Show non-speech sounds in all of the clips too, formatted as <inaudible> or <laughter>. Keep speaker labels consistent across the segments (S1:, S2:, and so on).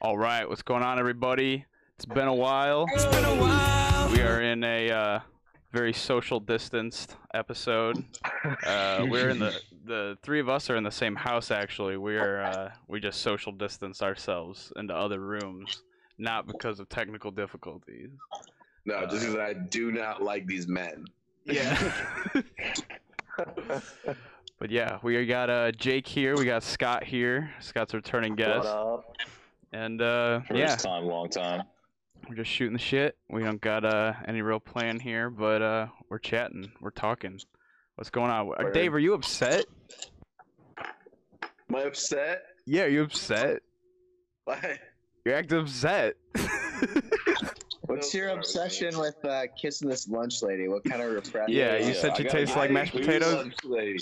S1: All right, what's going on, everybody? It's been a while.
S2: It's been a while.
S1: We are in a uh, very social distanced episode. Uh, we're in the the three of us are in the same house. Actually, we are uh, we just social distance ourselves into other rooms, not because of technical difficulties.
S3: No, just because I do not like these men.
S1: <laughs> but yeah, we got uh, Jake here. We got Scott here. Scott's a returning guest,
S4: up?
S1: and uh,
S4: First
S1: yeah,
S4: time, long time.
S1: We're just shooting the shit. We don't got uh, any real plan here, but uh, we're chatting. We're talking. What's going on? Uh,
S3: Word.
S1: Dave, are you upset?
S3: Am I upset? <laughs>
S1: Yeah, are you upset?
S3: Why?
S1: You're acting upset. <laughs>
S5: What's your obsession with uh, kissing this lunch lady? What kind of refreshment?
S1: yeah, you
S4: yeah,
S1: said
S4: I
S1: you
S4: gotta
S1: taste
S4: get
S1: like
S4: it.
S1: mashed
S3: Who's
S1: potatoes.
S3: lunch lady?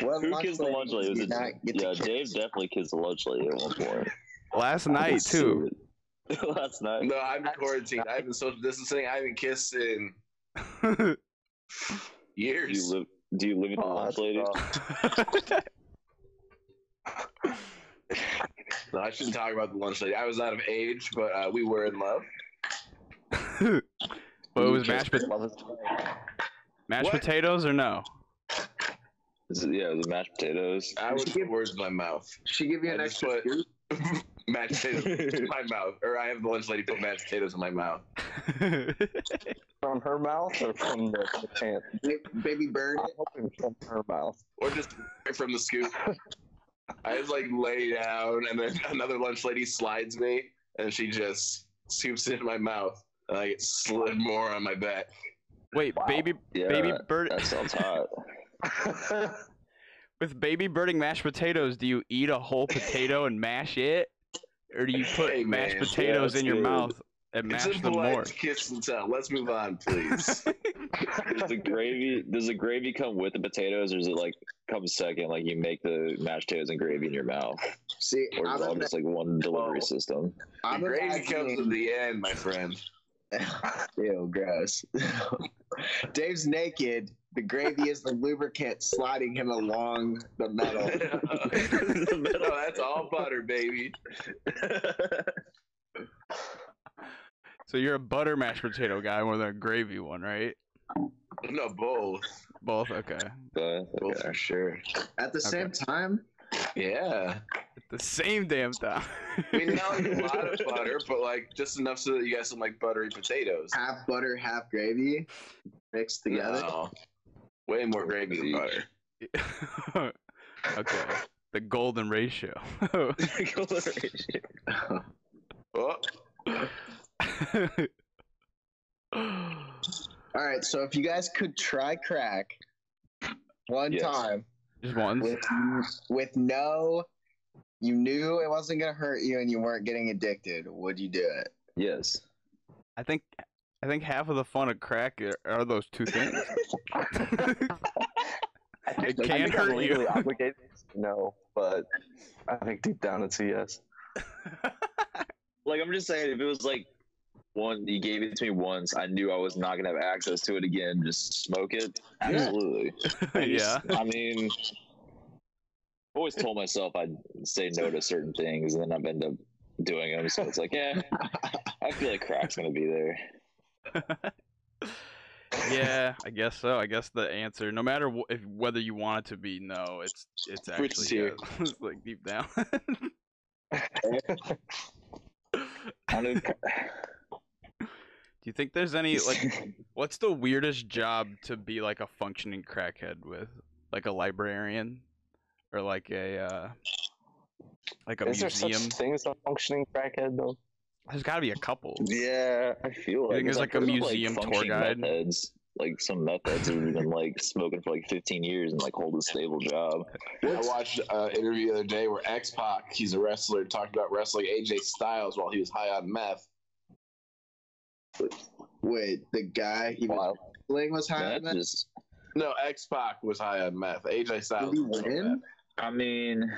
S5: What
S4: Who
S5: lunch
S4: kissed the
S5: lady
S4: lunch lady?
S5: did
S4: Was
S5: you
S4: it-
S5: not get to
S4: yeah,
S5: kiss?
S4: Dave definitely kissed the lunch lady at one point.
S1: Last
S4: I
S1: <laughs>
S4: can
S1: night
S4: see
S1: too.
S4: it. <laughs> Last night.
S3: No, I'm quarantined. I haven't social distancing. I haven't kissed in
S1: <laughs>
S4: Do you
S3: years.
S4: live? Do you live with the
S5: Oh,
S4: lunch
S5: that's
S4: lady?
S5: rough.
S3: No, I shouldn't talk about the lunch lady. I was out of age, but uh, we were in love.
S1: but it was mashed, pot
S5: Love is blind.
S1: mashed
S3: What?
S1: potatoes or no? <laughs>
S4: Is it- Yeah, it was mashed potatoes.
S3: I would put words in my mouth.
S5: She give you an
S3: I just
S5: extra.
S3: put <laughs> mashed potatoes in my mouth, or I have the lunch lady put mashed potatoes in my mouth.
S6: From her mouth
S3: <laughs>
S6: or from the pants?
S5: Ba- Baby bird.
S6: I'm hoping from her mouth.
S3: Or just right from the scoop. I just like lay down, and then <laughs> another lunch lady slides me, and she just scoops it in my mouth, and I get slid more on my back.
S1: Wait, baby,
S4: Yeah,
S1: baby bird
S4: that sounds hot.
S1: with baby birding mashed potatoes. Do you eat a whole potato and mash it, or do you put
S3: Hey,
S1: mashed
S3: man,
S1: potatoes
S4: yeah,
S1: in your
S4: dude.
S1: mouth and
S3: it's
S1: mash
S3: a
S1: them
S3: polite
S1: more?
S3: kiss and tell. Let's move on, please.
S4: Does the gravy? Does the gravy come with the potatoes, or is it like comes second? Like you make the mashed potatoes and gravy in your mouth,
S5: See,
S4: or is
S5: I'm,
S4: it all
S5: ima-
S4: just like one delivery
S3: Whoa.
S4: system?
S3: the
S5: I'm
S3: gravy comes at
S5: imagining.
S3: the end, my friend.
S5: <laughs> Ew, gross. Dave's naked. The gravy is the lubricant sliding him along the metal.
S3: <laughs> no, Oh, that's all butter, baby.
S1: So you're a butter mashed potato guy more than a gravy one, right?
S3: No, both.
S1: Both. Okay. At
S4: Uh,
S3: Both
S4: okay.
S3: for sure.
S5: At the same time,
S3: Yeah.
S1: the same damn time. <laughs>
S3: I mean, not like a lot of butter, but like just enough so that you got some like buttery potatoes.
S5: half butter, half gravy mixed together.
S3: No. Way more gravy than butter.
S1: okay. The golden ratio. <laughs>
S3: Oh,
S5: All right, so if you guys could try crack one
S4: Yes.
S5: time
S1: Just once.
S5: with with no, you knew it wasn't gonna hurt you and you weren't getting addicted, would you do it?
S4: <laughs> yes.
S1: I think. I think half of the fun of crack are- are those two
S3: <laughs>
S1: things. <laughs>
S6: I think,
S1: It
S6: I
S1: can
S6: think I'm
S1: hurt you.
S6: legally
S4: <laughs>
S6: obligated to know, but I think deep down it's a yes.
S4: <laughs> Like I'm just saying, if it was like one, you gave it to me once, I knew I was not gonna have access to it again. Just smoke it.
S6: <laughs>
S4: Absolutely.
S1: yeah.
S4: I mean, I always told myself I'd say no to certain things, and then I've ended up doing them. So it's like, yeah, I feel like crack's gonna be there.
S1: Yeah. I guess so. I guess the answer, no matter wh- if, whether you want it to be no, it's it's actually
S3: Fruit's here.
S1: yes. <laughs> It's like deep
S6: <laughs>
S1: down.
S4: I don't know,
S1: Do you think there's any like
S6: <laughs>
S1: What's the weirdest job to be like a functioning crackhead with? Like a librarian or like a uh like a
S6: Is there
S1: museum?
S6: such thing as a functioning crackhead though?
S1: There's got to be a
S6: <laughs>
S1: couple. <laughs>
S4: yeah, I feel like
S1: think
S4: it's
S1: there's, like, a
S4: there's,
S1: museum tour
S4: functioning
S1: guide?
S4: meth heads, Like some meth heads who've been like smoking for like 15 years and like hold a stable job.
S3: I watched an interview the other day where X Pac, he's a wrestler, talked about wrestling AJ Styles while he was high on meth.
S5: Wait, the guy he was
S4: Wow,
S5: playing was high on
S4: that's
S5: Uh, that?
S4: just
S3: No, X Pac was high on meth. AJ
S5: Did
S3: Styles.
S5: he
S3: was on
S5: win?
S4: I mean,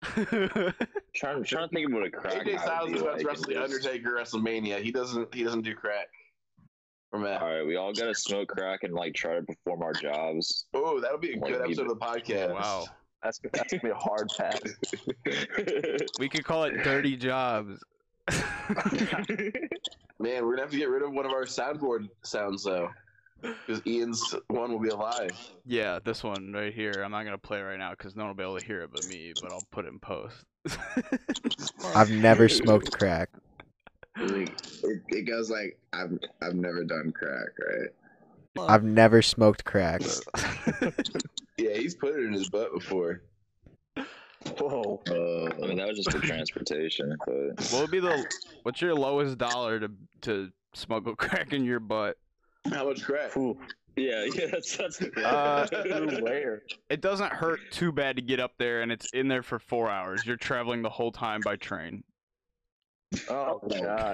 S1: That's
S4: trying trying to think of what a
S3: meth.
S4: crack.
S3: AJ
S4: guy
S3: Styles
S4: would be
S3: is about
S4: like
S3: to wrestle the
S4: and just-
S3: Undertaker at WrestleMania. He doesn't. He doesn't do crack or meth.
S4: All right, we all gotta smoke crack and like try to perform our jobs.
S3: Oh, that'll be a
S4: Like,
S3: good episode of the podcast.
S1: wow.
S6: That's, that's gonna be a hard pass.
S4: <laughs>
S1: We could call it dirty jobs. <laughs>
S3: Man, we're gonna have to get rid of one of our soundboard sounds though, because Ian's one will be alive.
S1: yeah, this one right here. I'm not gonna play it right now because no one will be able to hear it but me. But I'll put it in post.
S2: I've never smoked crack.
S5: It, it goes like I've I've never done crack, right?
S2: I've never smoked crack.
S3: Yeah, he's put it in his butt before.
S6: Whoa.
S5: Oh,
S4: Uh, I mean, that was just for transportation, but
S1: what would be the? What's your lowest dollar to to smuggle <laughs> crack in your butt?
S3: How much crack?
S6: Ooh,
S4: yeah, <laughs> yeah, that's that's.
S1: Uh,
S4: <laughs>
S6: ooh, where?
S1: It doesn't hurt too bad to get up there, and it's in there for four hours. You're traveling the whole time by train.
S6: Oh god.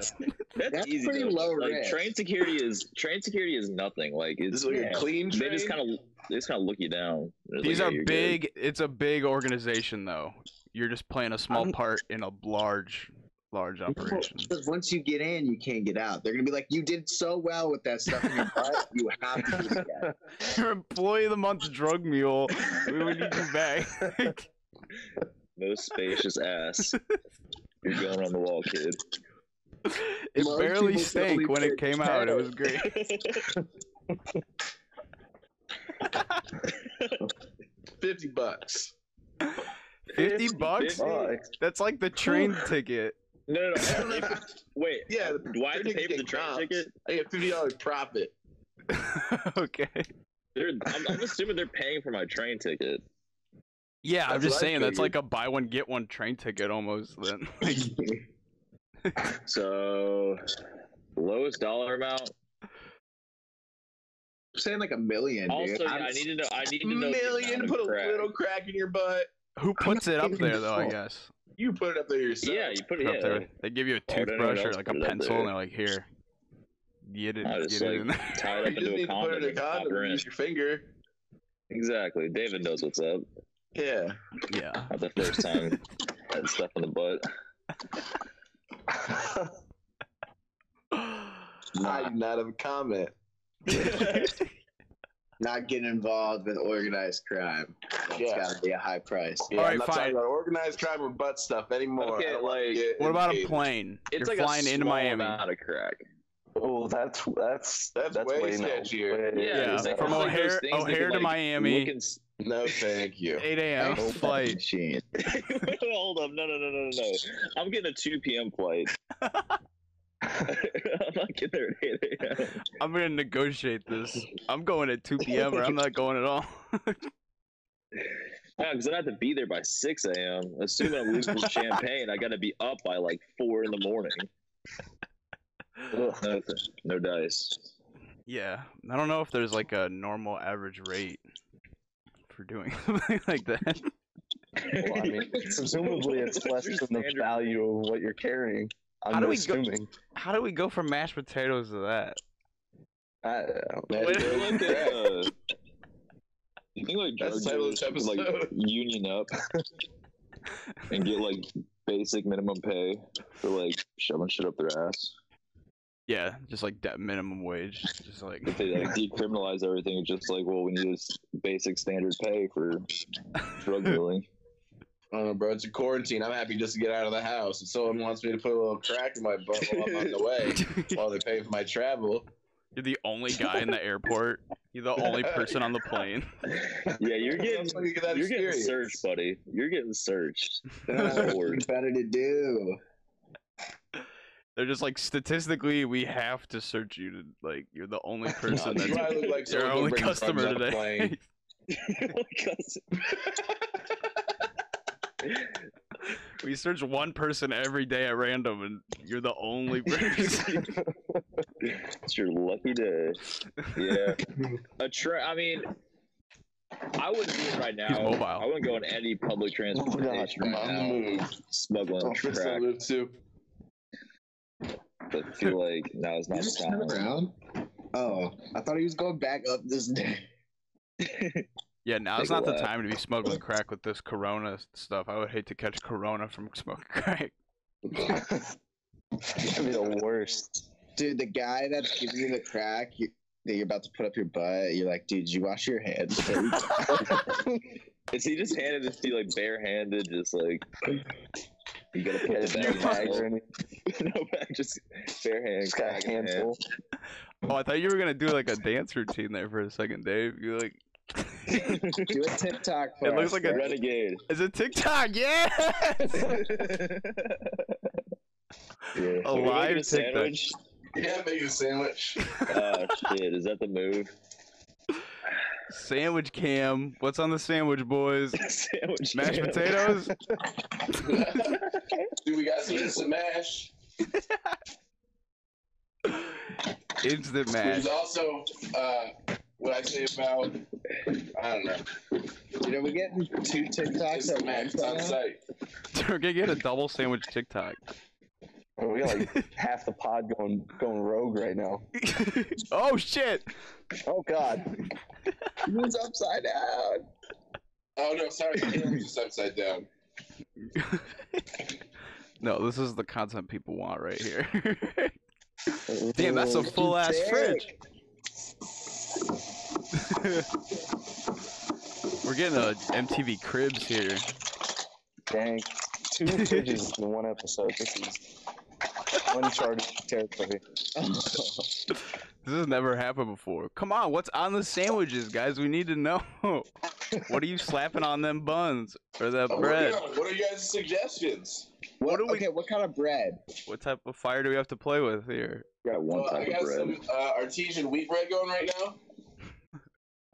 S4: that's,
S5: That's
S4: easy.
S5: pretty
S4: though.
S5: low
S4: Like
S5: risk.
S4: train security is train security is nothing. Like
S3: This
S4: it's
S3: is like
S4: yeah.
S3: a clean
S4: they
S3: train.
S4: just kind of they just kind of look you down. They're
S1: These
S4: like,
S1: are
S4: "Yeah, you're good."
S1: big. It's a big organization, though. You're just playing a small part in a large,
S4: <laughs>
S1: large operation.
S5: Because once you get in, you can't get out. They're gonna be like, "You did so well with that stuff in your butt. You have to do it again."
S1: Your employee of the month drug mule. We would need you back. <laughs>
S4: most spacious
S1: <laughs>
S4: ass. You're going on the wall, kid.
S1: it
S5: Most
S1: barely
S5: people
S1: stank
S5: totally
S1: when it
S5: fit
S1: came out. It was great.
S3: fifty bucks.
S1: Fifty bucks?
S6: bucks.
S1: That's like the train ticket. <laughs>
S4: No, no, no.
S3: <laughs> I don't know.
S4: if- wait,
S3: Yeah,
S4: do I have to
S3: they're
S4: pay
S3: gonna
S4: for the
S3: get
S4: train
S3: cops.
S4: ticket?
S3: I get fifty dollars
S4: <laughs>
S3: profit.
S1: okay.
S4: They're, I'm, I'm assuming they're paying for my train ticket.
S1: Yeah, I'm
S3: That's
S1: just
S3: what I
S1: saying that's like
S3: figured.
S1: a buy one get one train ticket almost. Then
S4: <laughs>
S1: <laughs> Like,
S4: So, lowest dollar amount.
S5: I'm saying like a million, dude.
S4: Also,
S5: I'm-
S4: I need to know. I need to know. the amount
S3: Million.
S4: of
S3: Put a
S4: crack.
S3: little crack in your butt.
S1: who puts it up
S5: even
S1: there though? I
S5: sure.
S1: guess.
S3: You put it up there yourself.
S4: Yeah, you put
S1: Put it up
S4: it. Yeah,
S1: there. They give you a
S4: Oh, no, no,
S1: toothbrush
S4: no,
S1: or like a
S4: put it up
S1: pencil,
S4: there.
S1: and they're like, "Here, get it,
S4: I
S1: get
S4: just,
S1: it in there."
S4: tie it
S3: You
S4: up
S3: just
S4: into
S3: need to
S4: a
S3: put
S4: condom
S3: it in a
S4: and pop
S3: condom.
S4: her
S3: and
S4: in.
S3: Use your finger.
S4: Exactly. David knows what's up.
S3: Yeah.
S1: <laughs> yeah.
S4: <laughs> Not the first time that stuff in the butt.
S3: I do not have a comment.
S5: not getting involved with organized crime. That's
S3: Yeah.
S5: gotta be a high price.
S3: Yeah,
S1: Alright,
S3: I'm not
S1: fine.
S3: talking about organized crime or butt stuff anymore.
S4: Okay,
S3: I don't wanna
S4: like,
S3: get
S1: What about a
S3: educated.
S1: plane?
S4: It's
S1: You're
S4: like
S1: flying
S4: a
S1: into
S4: small
S1: Miami.
S4: amount of crack.
S6: Oh, that's that's
S3: That's way sketchier.
S6: Way
S4: Yeah,
S1: Yeah,
S4: it's like-
S1: from
S4: it's like those
S1: O'Hare,
S4: things that
S1: O'Hare
S4: could,
S1: to
S4: like,
S1: Miami,
S4: Looking s- <laughs>
S3: No, thank you.
S1: 8 a.m.
S5: Ain't no fucking
S1: flight.
S5: machine.
S4: Hold up. No, no, no, no, no, no. I'm getting a 2 p.m.
S1: <laughs>
S4: flight. I'm not getting there at 8 a.m.
S1: I'm gonna negotiate this. I'm going at 2 p.m. or I'm not going at all. <laughs>
S4: No, because I have to be there by 6 a.m. Assuming
S1: <laughs>
S4: I'm losing champagne, I got to be up by like 4 in the morning. No, no dice.
S1: yeah, I don't know if there's like a normal average rate for doing <laughs> something like that.
S6: Well,
S1: <laughs>
S4: <laughs>
S6: I mean, presumably it's less
S4: Your
S6: than the
S4: standard-
S6: value of what you're carrying. I'm
S1: How do we go-
S6: assuming.
S1: How do we go from mashed potatoes to that?
S6: I,
S3: That's
S4: Wait,
S3: way
S4: look at,
S3: crack.
S4: uh, you think like
S3: That's
S4: drug
S3: the title of
S4: dealers
S3: this
S4: should, like
S3: episode.
S4: union up and get like basic minimum pay for like shoving shit up their ass.
S1: <laughs> Yeah, just like that minimum wage. Just like <laughs>
S4: If they like decriminalize everything, it's just like, well, we need this basic standard pay for drug dealing.
S3: I don't know, bro. It's a quarantine. I'm happy just to get out of the house. If someone wants me to put a little crack in my butt while I'm on
S1: <laughs>
S3: the way,
S1: You're
S3: while they pay for my travel,
S1: the only guy in the airport. You're the only person on the plane.
S4: Yeah, you're getting
S3: Let's get that
S4: you're getting
S3: experience.
S4: searched, buddy. You're
S3: <laughs>
S4: getting searched.
S5: There's nothing
S4: <laughs> Lord.
S5: better to do.
S1: They're just like statistically, we have to search you to like. You're the only person
S3: <laughs> You
S1: that's
S3: probably look like
S1: you're
S3: someone
S1: our
S3: who
S1: only
S3: brings drugs
S1: customer
S3: on a
S1: today.
S3: plane.
S1: we search one person every day at random, and you're the only person.
S4: it's your lucky day.
S1: <laughs>
S4: Yeah. A tra- I mean, I wouldn't do it right now.
S1: He's mobile.
S4: I wouldn't go on any public
S6: Oh
S4: transportation
S3: I'm
S4: right
S3: on the
S4: now.
S3: move.
S4: Smuggling
S3: Don't miss
S4: crack,
S3: the too.
S4: but feel like no, it's
S5: Did
S4: not the
S5: you just turn
S4: time.
S5: around? Oh, I thought he was going back up this <laughs> day.
S1: yeah, now it's
S4: Take a
S1: not the
S4: lap.
S1: time to be smuggling crack with this Corona stuff. I would hate to catch Corona from <laughs> smoking crack.
S6: that'd be the worst.
S5: Dude, the guy that's giving you the crack, he- that you're about to put up your butt. You're like, dude, you wash your hands. every time."
S4: Is he just handed it to you like barehanded, just like you gotta put the
S6: Yeah, just
S4: bag
S6: no bags or
S4: back?
S6: anything.
S4: <laughs> no bag, just bare hand.
S6: Just got
S4: crack
S6: a
S4: in hand.
S6: handful.
S1: Oh, I thought you were gonna do like a dance routine there for a second, Dave. You're like, <laughs>
S5: Do a TikTok for
S1: It looks
S5: us,
S1: like a-
S5: bro.
S6: <laughs>
S4: Renegade.
S1: is it TikTok? Yes.
S4: Yeah.
S1: A live
S4: a
S1: TikTok.
S4: sandwich.
S3: Yeah, make a sandwich.
S4: Oh shit! Is that the move? <laughs>
S1: sandwich cam. What's on the sandwich, boys?
S4: sandwich.
S1: Mashed
S4: <laughs> jam.
S1: potatoes.
S3: Dude, we got some instant mash.
S1: Instant
S3: There's
S1: mash. <laughs>
S3: also uh, what I say about I don't know
S5: Dude, are we getting two TikToks at
S3: instant mash
S5: once?
S3: it's on
S5: now?
S3: site.
S1: We're gonna get a double sandwich
S4: <laughs>
S1: TikTok. <laughs>
S6: We got like half the pod going going rogue right now.
S1: oh shit!
S6: Oh god.
S5: Moon's upside down.
S3: Oh no, sorry, Caleb's just upside down.
S1: No, this is the content people want right here. <laughs> Damn, that's a full ass fridge. <laughs> We're getting a MTV Cribs here.
S6: Dang.
S1: <laughs>
S6: Two fridges in one episode. This is uncharted territory.
S1: This has never happened before. Come on, what's on the sandwiches, guys? We need to know. <laughs> What are you slapping on them buns or that
S6: Oh
S3: I'm
S1: bread?
S3: working on it. What are you guys' suggestions?
S5: What,
S1: do we-
S5: okay, what kind of bread?
S1: What type of fire do we have to play with here?
S4: Got one
S3: Well, I
S4: type
S3: got
S4: of bread. <laughs>
S3: some uh, artesian wheat bread going right now.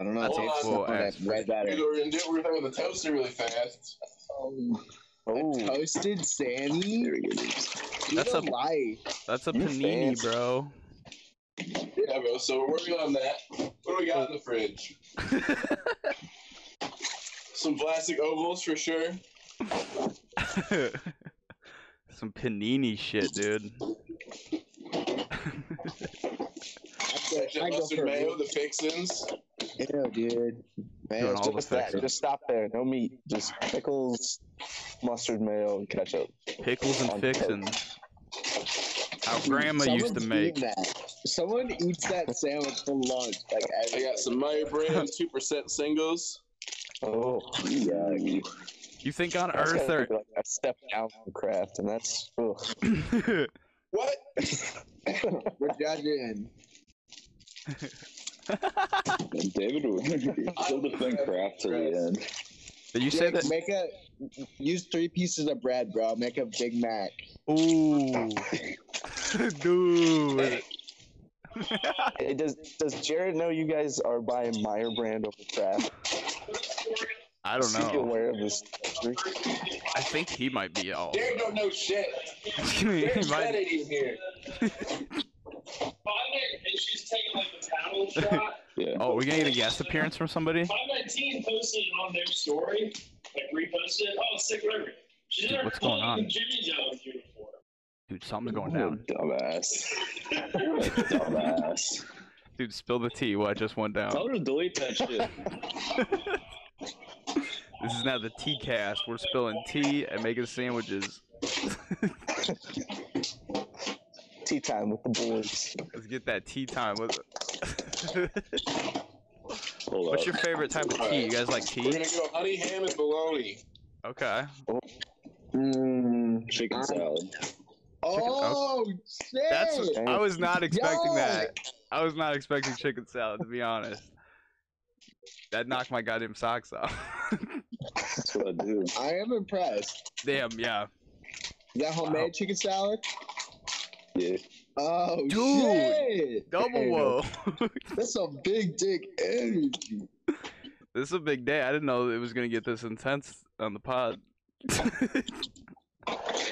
S5: I don't know.
S3: That's
S5: Dave,
S3: a
S1: full
S5: something
S1: ass
S5: that bread that
S3: Dude, we're gonna do we're gonna with a toaster really fast.
S5: um,
S6: Oh,
S5: toasted Sammy.
S4: There we go.
S1: That's
S5: That's
S1: a-
S5: a lie.
S1: That's a
S6: You
S1: panini,
S6: fancy.
S1: bro.
S3: Yeah, bro. So we're working on that. What do we got in the fridge? Some plastic ovals for sure.
S1: <laughs> Some panini shit, dude.
S5: I'd
S3: Ketchup,
S5: go, I'd go
S3: mustard,
S5: for
S3: mayo,
S5: mayo.
S3: the fixins.
S5: Ew, dude.
S1: Doing
S5: Mayo.
S1: all the
S6: just that.
S1: fixings.
S6: Just stop there. No meat. Just pickles, mustard, mayo, and ketchup.
S1: Pickles and
S6: On
S1: fixins. How grandma used to
S5: Someone's
S1: make.
S5: eating That. Someone eats that sandwich for lunch. Like
S3: I
S5: every-
S3: got some Meyer brand two percent singles.
S6: Oh,
S4: Yuck.
S1: You think on Earth
S6: that's gotta
S1: there?
S6: be like a step down from craft, and that's ugh.
S1: <laughs>
S3: What?
S5: We're judging.
S4: David would <laughs> still defend craft to the end.
S1: Did you say
S5: Jake,
S1: that?
S5: Make a use three pieces of bread, bro. Make a Big Mac.
S1: Ooh, <laughs>
S6: <laughs>
S1: dude.
S6: Hey, does does Jared know you guys are buying Meyer brand over craft?
S1: I don't
S6: Is he
S1: know.
S6: aware of this?
S1: I think he might be all.
S3: Derek don't know shit.
S1: <laughs> he
S3: Derek's
S1: might,
S3: not even here.
S7: and she's taking like the paddle shot.
S4: Yeah.
S1: oh, we're gonna get a guest appearance from somebody.
S7: My team posted it on their story, like reposted. it. Oh, sick, whatever. She's
S1: Dude,
S7: in her
S1: what's going
S7: fucking
S1: on?
S7: Jimmy John's uniform.
S1: Dude, something's going
S4: You're a
S1: down.
S4: dumbass. You're a
S3: <laughs>
S4: dumbass.
S1: Dude, spill the tea. What just went
S6: Oh.
S1: down?
S4: Tell her to delete that shit.
S1: This is now the tea cast. We're spilling tea and making sandwiches.
S6: <laughs> Tea time with the boys.
S1: Let's get that tea time. Let's- <laughs>
S4: Hold
S1: What's
S4: up.
S1: your favorite type of tea? You guys like
S3: We're
S1: tea?
S3: gonna go honey ham and bologna.
S1: Okay.
S5: Mm.
S4: chicken salad?
S5: Oh shit!
S1: That's I was not expecting
S5: Yo!
S1: that. I was not expecting chicken salad to be honest. That knocked my goddamn socks off. <laughs>
S4: That's what I do.
S5: I am impressed.
S1: Damn, yeah.
S5: Is that homemade
S1: Wow.
S5: chicken salad?
S4: Yeah.
S5: Oh
S1: Dude.
S5: shit!
S1: Double
S5: Damn,
S1: whoa.
S5: That's a big dick energy.
S1: this is a big day. I didn't know it was gonna get this intense on the pod.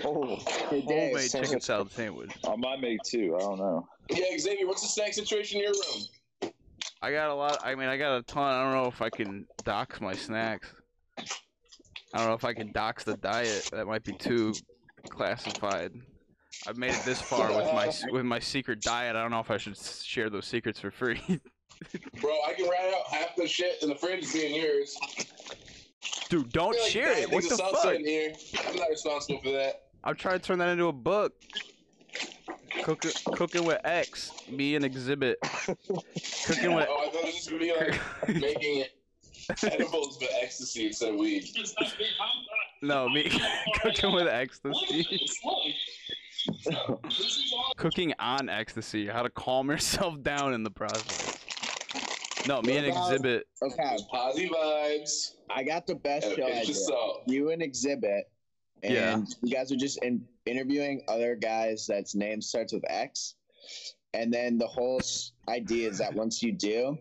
S6: Oh,
S5: Hey, Dave,
S1: Homemade chicken salad sandwich.
S4: I might make two. I don't know.
S3: Yeah, Xavier, what's the snack situation in your room?
S1: I got a lot I mean I got a ton. I don't know if I can dox my snacks. I don't know if I can dox the diet. That might be too classified. I've made it this far with my with my secret diet. I don't know if I should s- share those secrets for free. <laughs>
S3: Bro, I can rat out half the shit in the fridge being yours.
S1: Dude, don't
S3: Like,
S1: share
S3: "Dad,
S1: it. Oh, What
S3: there's
S1: the
S3: a salsa
S1: fuck?
S3: in here." I'm not responsible for that.
S1: I'm trying to turn that into a book. Cook, cooking with X, me and Exhibit. cooking
S5: <laughs>
S1: with.
S3: Oh, I thought it was just gonna be like
S1: <laughs>
S3: making edibles but ecstasy instead of weed.
S7: It's not me. I'm
S1: no, me. <laughs> cooking
S7: not.
S1: with
S7: Look at
S1: ecstasy.
S7: this. Look. This is all
S1: cooking on ecstasy. How to calm yourself <laughs> down in the process. No, me and Exhibit.
S5: Okay,
S3: Posy vibes.
S5: I got the best
S3: and
S5: show
S3: pinch
S5: idea.
S3: of salt.
S5: You and Exhibit, and
S1: Yeah.
S5: you guys are just in, interviewing other guys that's name starts with X, and then the whole s- idea is that once you do,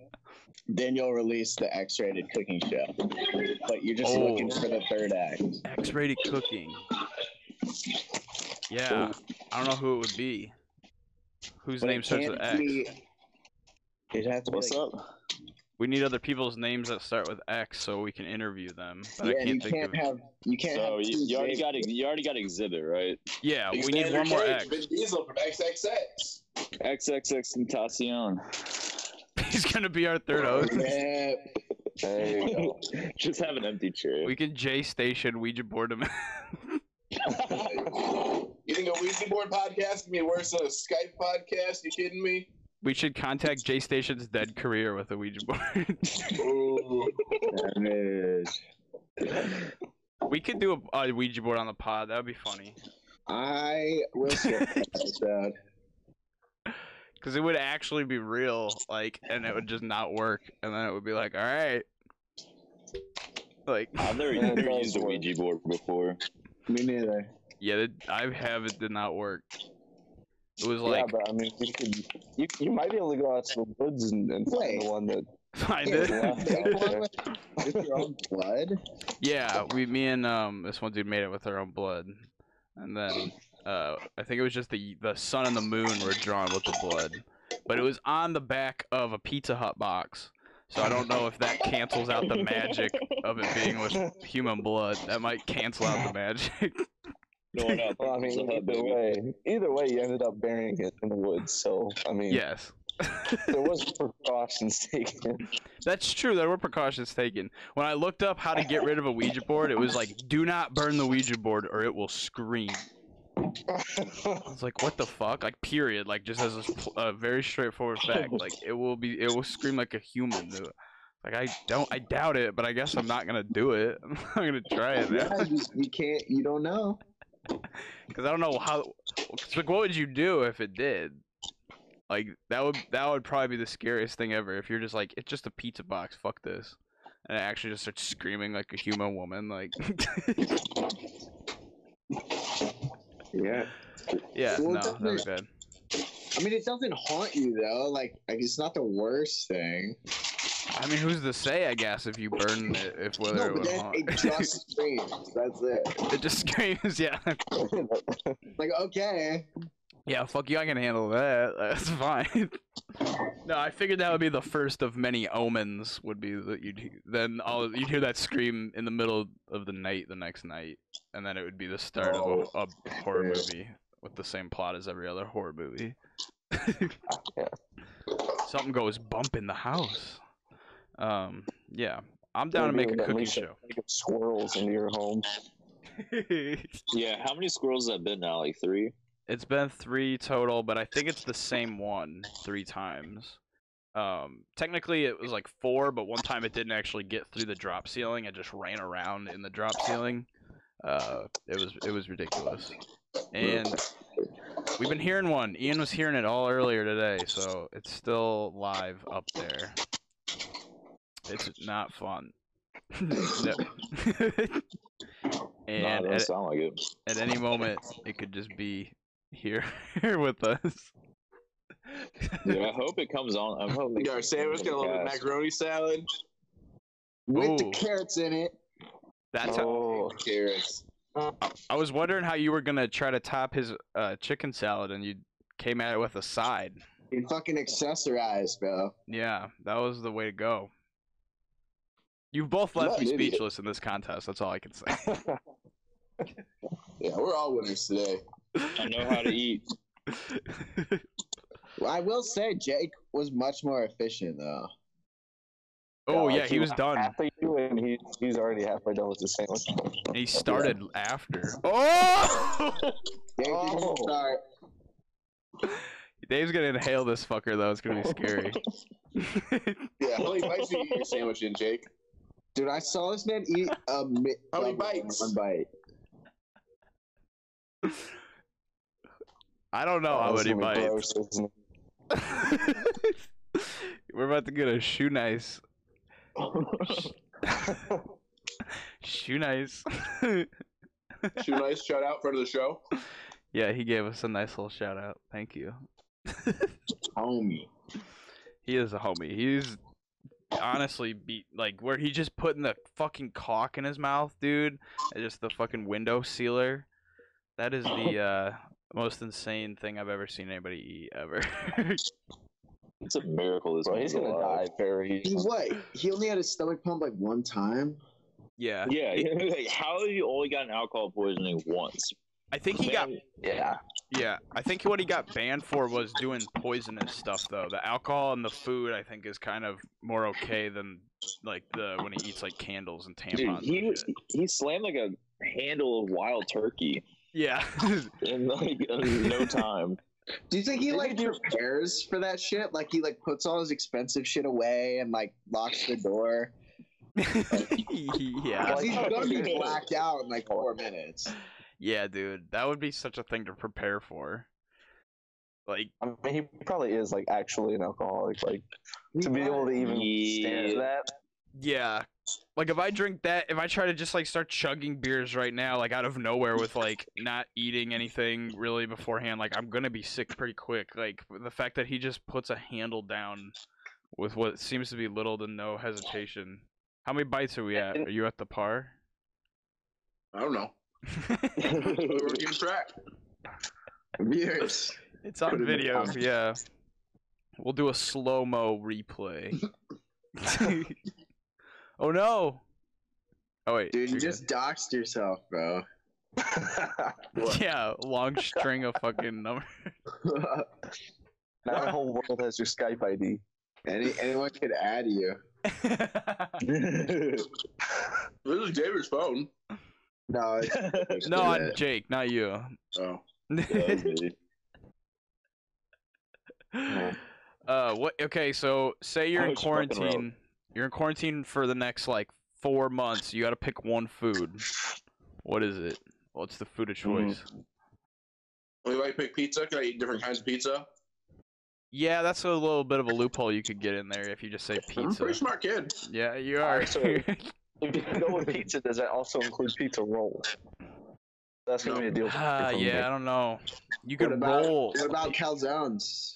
S5: then you'll release the X-rated cooking show. But you're just
S1: Oh.
S5: looking for the third act.
S1: X-rated cooking. Yeah, I don't know who it would be. Whose
S5: But it
S1: name starts with
S5: can't
S1: X?
S5: be- It'd have to be
S6: What's
S5: like-
S6: up?
S1: We need other people's names that start with X so we can interview them. But
S5: yeah,
S1: I can't
S5: you
S1: think
S5: can't
S1: of.
S5: have you can't
S4: So
S5: have
S4: you,
S5: two
S4: you already
S5: Xavier-
S4: got ex- you already got exhibit right.
S1: yeah, we need
S3: Alexander
S1: one more
S3: Cage,
S1: X. <laughs>
S3: Vin Diesel from XXX.
S4: XXX Tentacion.
S1: He's gonna be our third host.
S6: <laughs>
S5: Yeah,
S6: There you go.
S4: <laughs> Just have an empty chair.
S1: We can J Station Ouija board him. <laughs>
S3: You think a Ouija board podcast can be worse than a Skype podcast? You kidding me?
S1: we should contact J Station's dead career with a Ouija board. <laughs>
S3: Ooh.
S1: we could do a, a Ouija board on the pod. That would be funny
S5: I will skip that
S1: <laughs>
S5: episode.
S1: because it would actually be real, like, and it would just not work. And then it would be like, all right, like,
S4: I've never,
S6: Yeah, it
S4: never
S6: does
S4: used a
S6: work.
S4: Ouija board before.
S5: Me neither.
S1: yeah, that I have it did not work. It was
S6: yeah,
S1: like
S6: but I mean, you could you, you might be able to go out to the woods and, and find
S5: Wait.
S6: the one that.
S1: <laughs> find
S5: Yeah,
S1: it.
S6: Yeah,
S5: Make
S6: out
S5: one
S6: there.
S5: with, with your own blood.
S1: Yeah, we, me and um, this one dude made it with our own blood, and then uh, I think it was just the the sun and the moon were drawn with the blood, but it was on the back of a Pizza Hut box. So I don't know if that cancels out the magic of it being with human blood. That might cancel out the magic. <laughs>
S4: No one out
S6: <laughs> <laughs> Well, I mean, either way, either way, you ended up burying it in the woods. So I mean,
S1: yes,
S6: there was precautions <laughs> taken.
S1: that's true. There were precautions taken. When I looked up how to get rid of a Ouija board, it was like, do not burn the Ouija board or it will scream. I was like, what the fuck? Like, period. Like, just as a, pl- a very straightforward fact. Like, it will be, it will scream like a human. dude. Like, I don't, I doubt it, but I guess I'm not gonna do it. <laughs> I'm not gonna try it now.
S5: Yeah, you, you can't. You don't know.
S1: <laughs> Cause I don't know how. 'cause, like, what would you do if it did? Like, that would, that would probably be the scariest thing ever. If you're just like, it's just a pizza box. Fuck this. And it actually just starts screaming like a human woman. Like,
S5: <laughs> Yeah.
S1: yeah,
S5: Well,
S1: no,
S5: it
S1: that was
S5: doesn't-
S1: bad.
S5: I mean, it doesn't haunt you though. Like, like it's not the worst thing.
S1: I mean, who's to say? I guess if you burn it, if whether
S5: no,
S1: it
S5: but
S1: would.
S5: then
S1: haunt.
S5: it just screams. That's it.
S1: It just <laughs> screams, yeah.
S5: Like, okay.
S1: Yeah, fuck you, I can handle that. <laughs> That's fine. no, I figured that would be the first of many omens would be that you'd he- then all you'd hear that scream in the middle of the night the next night, and then it would be the start of a, a horror movie with the same plot as every other horror movie. <laughs> Something goes bump in the house. Um, yeah. I'm down to
S6: Maybe
S1: make a
S6: at
S1: cooking
S6: least
S1: show.
S6: Like squirrels into your home.
S1: <laughs>
S4: Yeah, how many squirrels has that been now? Like three?
S1: It's been three total, but I think it's the same one three times. Um, technically, it was like four, but one time it didn't actually get through the drop ceiling. It just ran around in the drop ceiling. Uh, it was it was ridiculous. And we've been hearing one. Ian was hearing it all earlier today, so it's still live up there. It's not fun. <laughs> No. and
S4: nah,
S1: at-
S4: doesn't sound like it.
S1: at any moment it could just be here <laughs> with us.
S4: Yeah, I hope it comes on.
S1: <laughs>
S4: I'm hoping.
S3: Yo, Sarah's got a little bit of
S4: Cast.
S3: macaroni salad.
S5: With the
S1: Ooh.
S5: carrots in it.
S1: That's how,
S6: Oh,
S3: Carrots.
S1: I was wondering how you were gonna try to top his uh, chicken salad, and you came at it with a side.
S5: You fucking accessorize, bro.
S1: Yeah, that was the way to go. You've both left
S3: What
S1: me
S3: an idiot.
S1: speechless in this contest. That's all I can say. <laughs>
S3: Yeah, we're all winners today.
S4: I know how to eat.
S5: Well, I will say Jake was much more efficient though.
S1: oh
S6: God,
S1: yeah, he was done.
S6: halfway through and he, he's already halfway done with the sandwich.
S1: And he started after. Oh! <laughs>
S5: Jake didn't
S6: Oh.
S5: start.
S1: Dave's gonna inhale this fucker though. It's gonna be scary.
S3: Yeah, how many bites do you eat your sandwich in, Jake?
S5: Dude, I saw this man eat a mi-
S3: How many
S5: double in
S3: bites?
S5: One bite.
S1: I don't know how
S6: That's
S1: many
S6: gonna be
S1: bites.
S6: gross, isn't it?
S1: We're about to get a shoe nice. shoe nice. <laughs>
S3: Shoe nice shout out for the show.
S1: yeah, he gave us a nice little shout out. Thank you.
S5: Homie.
S1: He is a homie. He's honestly beat like where he just putting the fucking cock in his mouth, dude. And just the fucking window sealer. That is the uh, most insane thing I've ever seen anybody eat ever. <laughs>
S4: It's a miracle this
S6: Bro,
S4: man's
S6: he's gonna
S4: alive.
S6: die very.
S5: He what? He only had his stomach pump like one time.
S1: yeah,
S4: Yeah, <laughs> yeah, like, how have you only gotten alcohol poisoning once?
S1: I think he got
S6: Yeah.
S1: Yeah, I think what he got banned for was doing poisonous stuff though. The alcohol and the food, I think, is kind of more okay than like the when he eats like candles and
S4: Dude,
S1: tampons.
S4: he
S1: and shit.
S4: he slammed like a handle of wild turkey
S1: yeah, <laughs>
S4: in like no time.
S5: Do you think he
S6: Didn't
S5: like
S6: he do-
S5: prepares for that shit? Like he like puts all his expensive shit away and like locks the door.
S1: yeah,
S5: 'Cause he's gonna be blacked out in like four minutes.
S1: yeah, dude. That would be such a thing to prepare for. Like,
S6: I mean, he probably is like actually an alcoholic. Like to be able to even stand that.
S1: yeah, like if I drink that, if I try to just like start chugging beers right now, like out of nowhere with like not eating anything really beforehand, like I'm gonna be sick pretty quick. Like the fact that he just puts a handle down with what seems to be little to no hesitation. How many bites are we at? Are you at the par?
S3: I don't know. We We're keeping track.
S5: Years.
S1: it's on video, yeah. <laughs> We'll do a slow mo
S5: <laughs>
S1: replay. <laughs> oh no! Oh wait,
S5: Dude, you
S1: you're good.
S5: just doxed yourself, bro.
S1: <laughs> yeah, long string of fucking numbers.
S6: Now the whole world has your Skype ID.
S5: Any anyone could add you.
S3: This is David's phone.
S5: No, it's
S1: No, I'm Jake, not you.
S3: Oh.
S1: <laughs> uh, what? Okay, so say you're
S4: I
S1: in
S4: was fucking wrong.
S1: quarantine. You're in quarantine for the next like four months. You got to pick one food. What is it? What's the food of choice?
S3: If I pick pizza, can I eat different kinds of pizza?
S1: Yeah, that's a little bit of a loophole you could get in there if you just say
S3: I'm a
S1: pizza.
S3: pretty smart kid.
S1: Yeah, you
S6: All
S1: are. <laughs>
S6: right, so- if you go with pizza, does that also include pizza rolls? That's gonna be a deal. breaker
S1: Ah,
S6: for me.
S1: yeah, I don't know. You
S5: What
S1: could
S5: about-
S1: roll.
S5: what about calzones?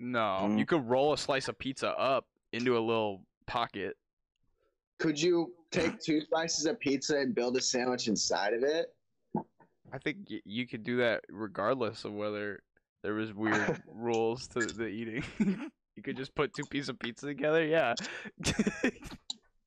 S1: No,
S6: Mm.
S1: you could roll a slice of pizza up into a little pocket.
S5: Could you take two slices of pizza and build a sandwich inside of it?
S1: I think y- you could do that regardless of whether there was weird rules to the eating. <laughs> you could just put two pieces of pizza together. Yeah.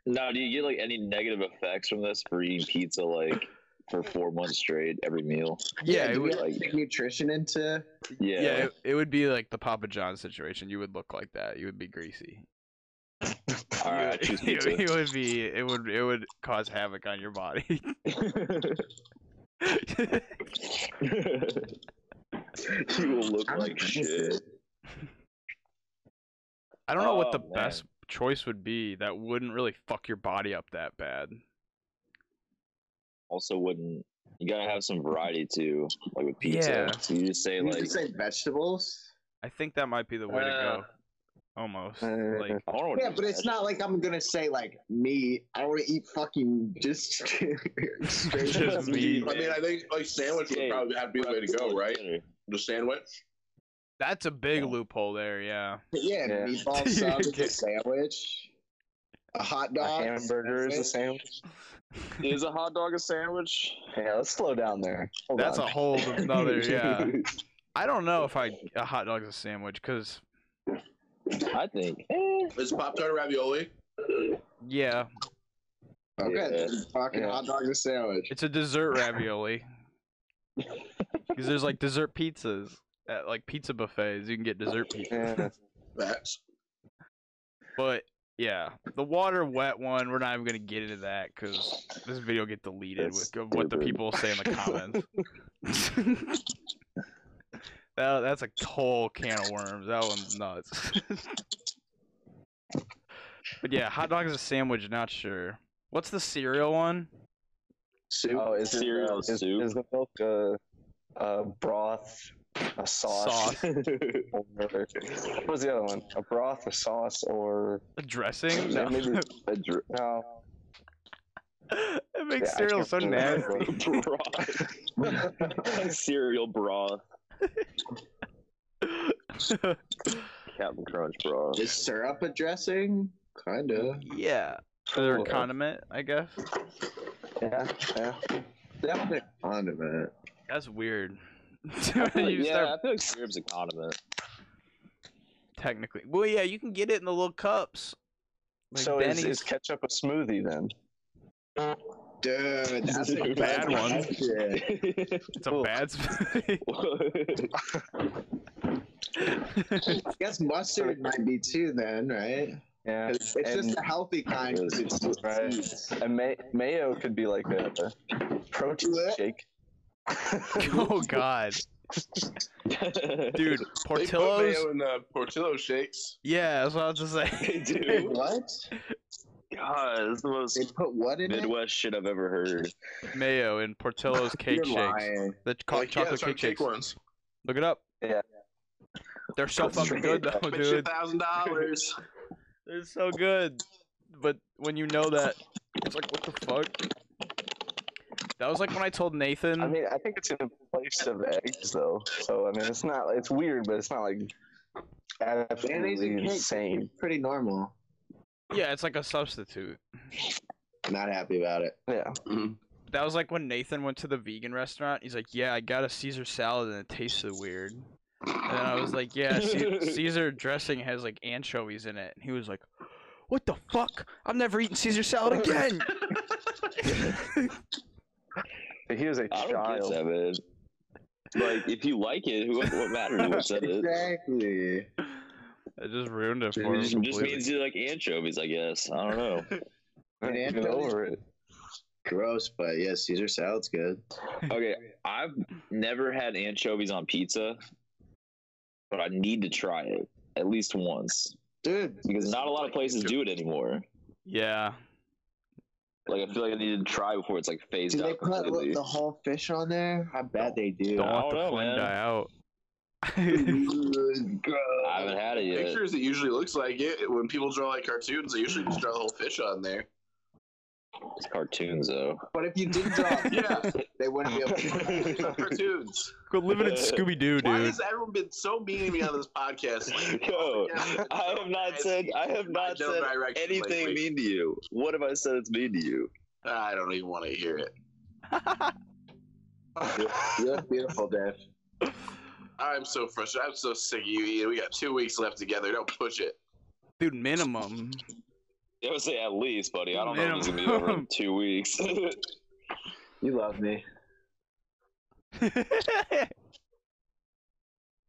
S4: now, do you get like any negative effects from this for eating pizza like for four months straight every meal?
S1: yeah. It
S5: do you
S1: would,
S5: have to take nutrition into.
S4: Yeah,
S1: yeah. it, it would be like the Papa John situation. You would look like that. You would be greasy.
S4: all
S1: You
S4: right, I
S1: would- <laughs>
S4: choose
S1: you,
S4: pizza.
S1: you would be. It would. It would cause havoc on your body. <laughs>
S4: <laughs> you will look like shit.
S1: I don't know what
S4: Oh,
S1: the
S4: man.
S1: best choice would be that wouldn't really fuck your body up that bad.
S4: Also, wouldn't you gotta have some variety too, like with pizza?
S1: Yeah.
S4: So you just say
S5: You
S4: like,
S5: just say vegetables.
S1: I think that might be the way to
S4: Uh,
S1: go. Almost.
S6: uh,
S1: Like
S4: I don't know. What
S5: Yeah, but it's not like I'm gonna say like meat. I want to eat fucking just <laughs> straight.
S1: <laughs> Just meat.
S3: I mean, I think like sandwich would
S4: Yeah.
S3: probably have to be the way to go, right?
S4: Dinner.
S3: The sandwich.
S1: that's a big
S4: Yeah.
S1: loophole there. Yeah.
S5: Yeah,
S6: Yeah.
S5: meatball sub is
S1: Okay.
S5: a sandwich. A hot
S6: A
S5: dog. <laughs>
S6: hamburger is a sandwich.
S4: Is a hot dog a sandwich?
S6: Yeah, let's slow down there. Hold
S1: That's
S6: on.
S1: a
S6: <laughs>
S1: whole another. Yeah. I don't know if I a hot dog's a sandwich because
S4: I think.
S3: It's Pop Tart ravioli.
S1: yeah,
S5: Okay,
S4: Yeah.
S5: then fucking
S6: Yeah.
S5: hot dog is a sandwich.
S1: it's a
S6: <laughs>
S1: dessert ravioli. Because there's like dessert pizzas at like pizza buffets. You can get dessert pizza,
S6: Yeah.
S3: That's
S1: but yeah, the water wet one. We're not even gonna get into that because this video will get deleted
S4: That's
S1: with what the
S4: stupid. <laughs>
S1: people say in the comments. That, that's a whole can of worms. That one's nuts. but yeah, hot dog is a sandwich. Not sure. What's the cereal one?
S3: Soup.
S6: Oh, is
S4: Cereal
S6: it, uh, is,
S4: soup.
S6: is the milk a, a broth, a sauce,
S1: Sauce.
S6: <laughs> or what was the other one? A broth, a sauce, or
S1: A dressing? No.
S6: maybe
S4: A dr-
S6: no?
S1: <laughs> it makes
S6: Yeah, I
S1: cereal
S6: can't
S1: so
S6: remember.
S1: nasty.
S4: <laughs> broth. Cereal broth. Captain Crunch broth.
S5: Is syrup a dressing? Kinda.
S1: yeah. Or
S6: Cool.
S1: condiment, I guess.
S6: Yeah, yeah.
S5: Definitely condiment.
S1: That's weird. <laughs>
S4: I feel like-
S1: You
S4: yeah,
S1: start-
S4: I feel like syrup's a condiment. <laughs>
S1: technically. Well, yeah, you can get it in the little cups. Like
S6: <laughs> so is,
S1: Benny's.
S6: is ketchup a smoothie then?
S5: Dude, that's a
S4: Dude,
S1: bad one.
S5: question.
S1: it's a bad
S4: <laughs>
S1: smoothie.
S5: I guess mustard might be too then, right?
S6: Yeah,
S5: 'Cause It's just
S6: And-
S5: a healthy kind. 'cause It's just
S6: Right.
S5: seeds.
S6: and may- mayo could be like a, a protein
S5: Yeah.
S6: shake.
S1: <laughs> oh God, dude,
S3: They put
S1: Portillo's.
S3: mayo in uh, Portillo shakes.
S1: Yeah, that's what I was just
S4: They
S1: saying.
S4: do.
S5: What?
S4: God, this is the most
S5: They put what in it?
S4: Midwest shit I've ever heard.
S1: <laughs> Mayo and Portillo's cake
S5: You're
S1: shakes.
S5: lying.
S1: The co-
S3: like, yeah,
S1: chocolate
S3: that's our
S1: cake shakes.
S3: ones.
S1: Look it up.
S6: Yeah.
S1: They're so fucking good though,
S3: Spent you
S1: Oh, dude.
S3: thousand dollars.
S1: They're so good. But when you know that, it's like, what the fuck? That was like when I told Nathan.
S6: I mean, I think it's in the place of eggs, though. So I mean, it's not. It's weird, but it's not like
S5: Mayonnaise
S6: absolutely
S5: and cake.
S6: insane.
S5: Pretty normal.
S1: yeah, it's like a substitute.
S5: Not happy about it.
S6: Yeah.
S1: That was like when Nathan went to the vegan restaurant. He's like, "Yeah, I got a Caesar salad and it tasted weird." And I was like, <laughs> "Yeah, Ce- Caesar dressing has like anchovies in it." And he was like, "What the fuck? I'm never eating Caesar salad <laughs> again."
S6: He was a
S4: I don't get
S6: child.
S4: that, man. Like, if you like it, who, what matters who said it?
S5: Exactly.
S1: It just ruined it
S4: It
S1: for him.
S4: just, just
S1: completely.
S4: means you like anchovies, I guess. I don't know.
S6: Get
S5: Anthony-
S6: over it.
S5: Gross, but yeah, Caesar salad's good.
S4: Okay, I've never had anchovies on pizza, but I need to try it at least once
S5: Dude,
S4: because not a lot of places do it anymore.
S1: yeah,
S4: Like, I feel like I need to try before it's like phased
S5: do they
S4: out
S5: put
S4: completely.
S5: the whole fish on there? I bet they do.
S1: don't let
S4: I don't
S1: the
S4: know,
S1: flame
S4: man.
S1: die <laughs> out.
S5: Dude, gross.
S4: I haven't had it yet.
S3: Pictures, it usually looks like it. When people draw like cartoons, they usually just draw the whole fish on there.
S4: It's cartoons <laughs> though.
S5: But if you did draw,
S3: Yeah,
S5: they wouldn't be able to. <laughs>
S3: <laughs> cartoons.
S1: Go living <laughs> in Scooby Doo,
S3: Why
S1: dude.
S3: has everyone been so mean to me on this podcast? lately?
S4: Yo,
S3: Yeah,
S4: I have not said I have <laughs> not
S3: no
S4: said
S3: direction
S4: anything
S3: lately.
S4: mean to you. What have I said that's mean to you?
S3: I don't even want to hear it.
S5: You look beautiful, Dave.
S3: I'm so frustrated. I'm so sick of you. Ian. We got two weeks left together. Don't push it.
S1: Dude, minimum. <laughs>
S4: I would say at least, buddy. I don't know if it's gonna be over in
S1: Minimum.
S4: two weeks. <laughs>
S5: You love me.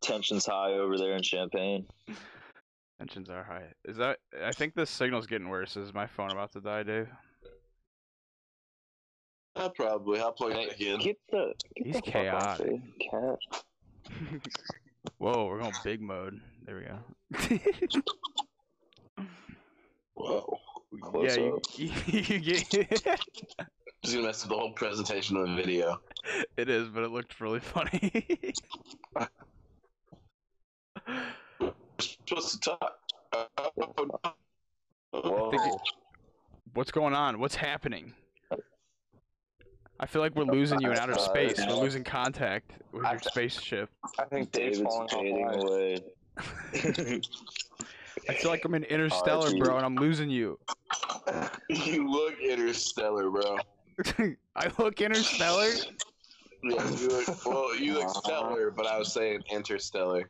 S4: Tensions high over there in Champagne.
S1: Tensions are high. Is that? I think the signal's getting worse. Is my phone about to die, Dave?
S3: I'll probably. I'll plug it back in.
S4: Get the get
S1: He's
S4: the fuck off
S1: chaotic.
S4: me, Cat.
S1: <laughs> Whoa, we're going big mode. There <laughs> we go.
S3: Whoa.
S1: yeah,
S4: Close
S1: you, <laughs> you get <laughs>
S3: Just gonna mess with the whole presentation of the video.
S1: it is, but it looked really funny. <laughs>
S3: We're supposed to talk. Uh,
S4: Whoa.
S1: think it- What's going on? What's happening? I feel like we're losing you in outer space. We're losing contact with your spaceship.
S6: I think Dave's
S4: David's
S6: falling
S4: fading
S6: off.
S4: away.
S1: I feel like
S4: <laughs>
S1: I'm in interstellar, bro, and I'm losing you. <laughs>
S3: uh, <laughs> you look interstellar, bro.
S1: I look interstellar.
S3: Yeah, you look, well, you look stellar, but I was saying interstellar.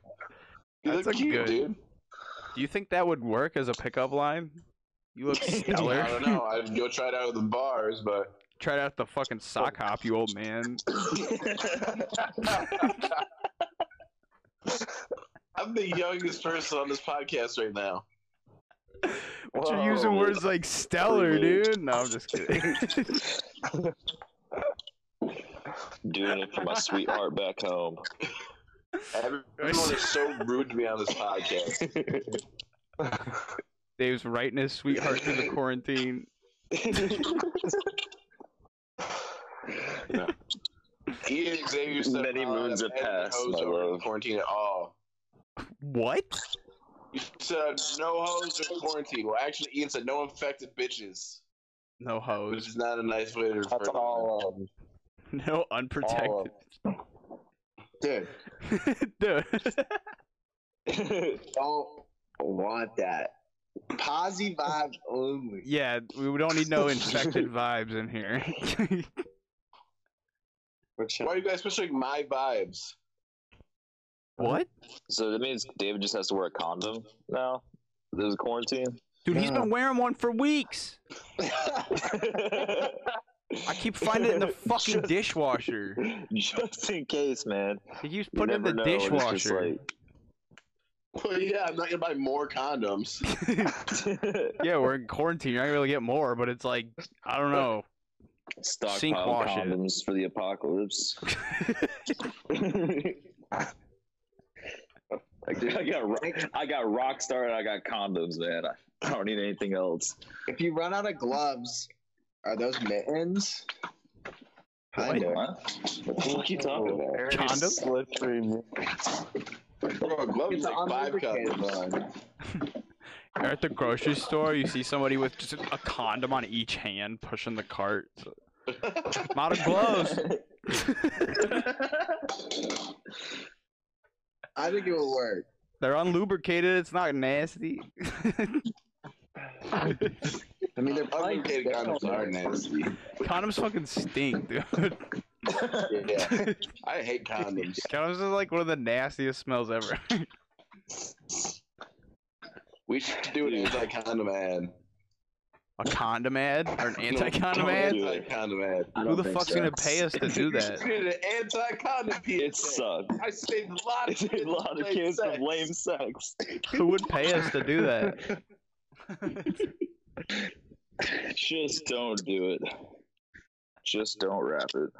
S3: You
S1: That's
S3: look
S1: a
S3: cute,
S1: good-
S3: dude.
S1: Do you think that would work as a pickup line? You
S4: <laughs>
S1: look stellar.
S3: I
S1: <laughs>
S3: don't know. I'd go try it out of the bars, but
S1: Tried out the fucking sock hop, you old man.
S3: I'm the youngest person on this podcast right now.
S1: But you're using
S4: Whoa.
S1: words like stellar, dude. No, I'm just kidding.
S4: <laughs> Doing it for my sweetheart back home.
S3: Everyone is so rude to me on this podcast.
S1: <laughs> Dave's writing his sweetheart through <laughs> the quarantine.
S3: No. Ian and Xavier said
S4: Many
S3: I'll
S4: moons
S3: have
S4: have passed,
S3: hoes
S4: my
S3: over
S4: love.
S3: Quarantine at all.
S1: What?
S3: You said no hoes or quarantine. Well, actually, Ian said no infected bitches,
S1: No
S3: which
S1: hose.
S3: is not a nice way to refer
S6: That's
S3: to all.
S6: all of them.
S1: No unprotected.
S5: Dude,
S1: <laughs> Dude.
S5: don't want that. Posy vibes only.
S1: yeah, we don't need no infected vibes in here.
S6: We're
S3: Why
S6: chilling.
S3: are you guys pushing my vibes?
S1: <laughs> what?
S4: so that means David just has to wear a condom now. There's a quarantine. <laughs>
S1: Dude, he's been wearing one for weeks. I keep finding
S4: <laughs>
S1: it in the fucking dishwasher.
S4: just in case, man.
S1: He keeps
S4: You
S1: putting it in the
S4: never know, it's just
S1: dishwasher.
S3: <laughs> Well, yeah, I'm not gonna buy more condoms.
S4: like-
S1: <laughs>
S4: <laughs>
S1: Yeah, we're in quarantine. You're not gonna be able to get more, but it's like I don't know.
S4: Stockpile
S1: Sink wash it.
S4: condoms for
S1: <laughs>
S4: the apocalypse. I got, I got ro- I got rock star and I got condoms, man. I, I don't need anything else.
S5: If you run out of gloves, are those mittens?
S4: I know. What the fuck you talking about?
S6: Aaron is
S1: Condom?
S6: Slippery. man.
S3: Bro, gloves
S5: It's
S3: like five
S5: unlubricated
S3: condoms.
S5: one.
S1: Or at the grocery store, you see somebody with just a condom on each hand pushing the cart. I'm out of gloves.
S5: I think it will work.
S1: They're unlubricated. It's not nasty.
S5: I mean,
S3: <laughs>
S5: they're probably
S3: Unlubricated condoms are nasty.
S1: Condoms fucking stink,
S4: <laughs>
S1: dude.
S3: Yeah, I hate condoms.
S1: Condoms are like one of the nastiest smells ever.
S3: We should do an anti-condom ad.
S1: A condom ad or an anti-condom
S3: No,
S1: ad?
S3: Anti-condom ad.
S4: I
S1: Who
S4: don't
S1: the
S4: think
S1: fuck's
S4: so.
S1: gonna pay us to do that?
S3: We did an anti-condom
S4: It
S3: PSA.
S4: sucked.
S3: I saved a lot of
S4: a lot of kids
S3: sex.
S4: from lame sex.
S1: Who would pay us to do that?
S4: Just don't do it. Just don't wrap it.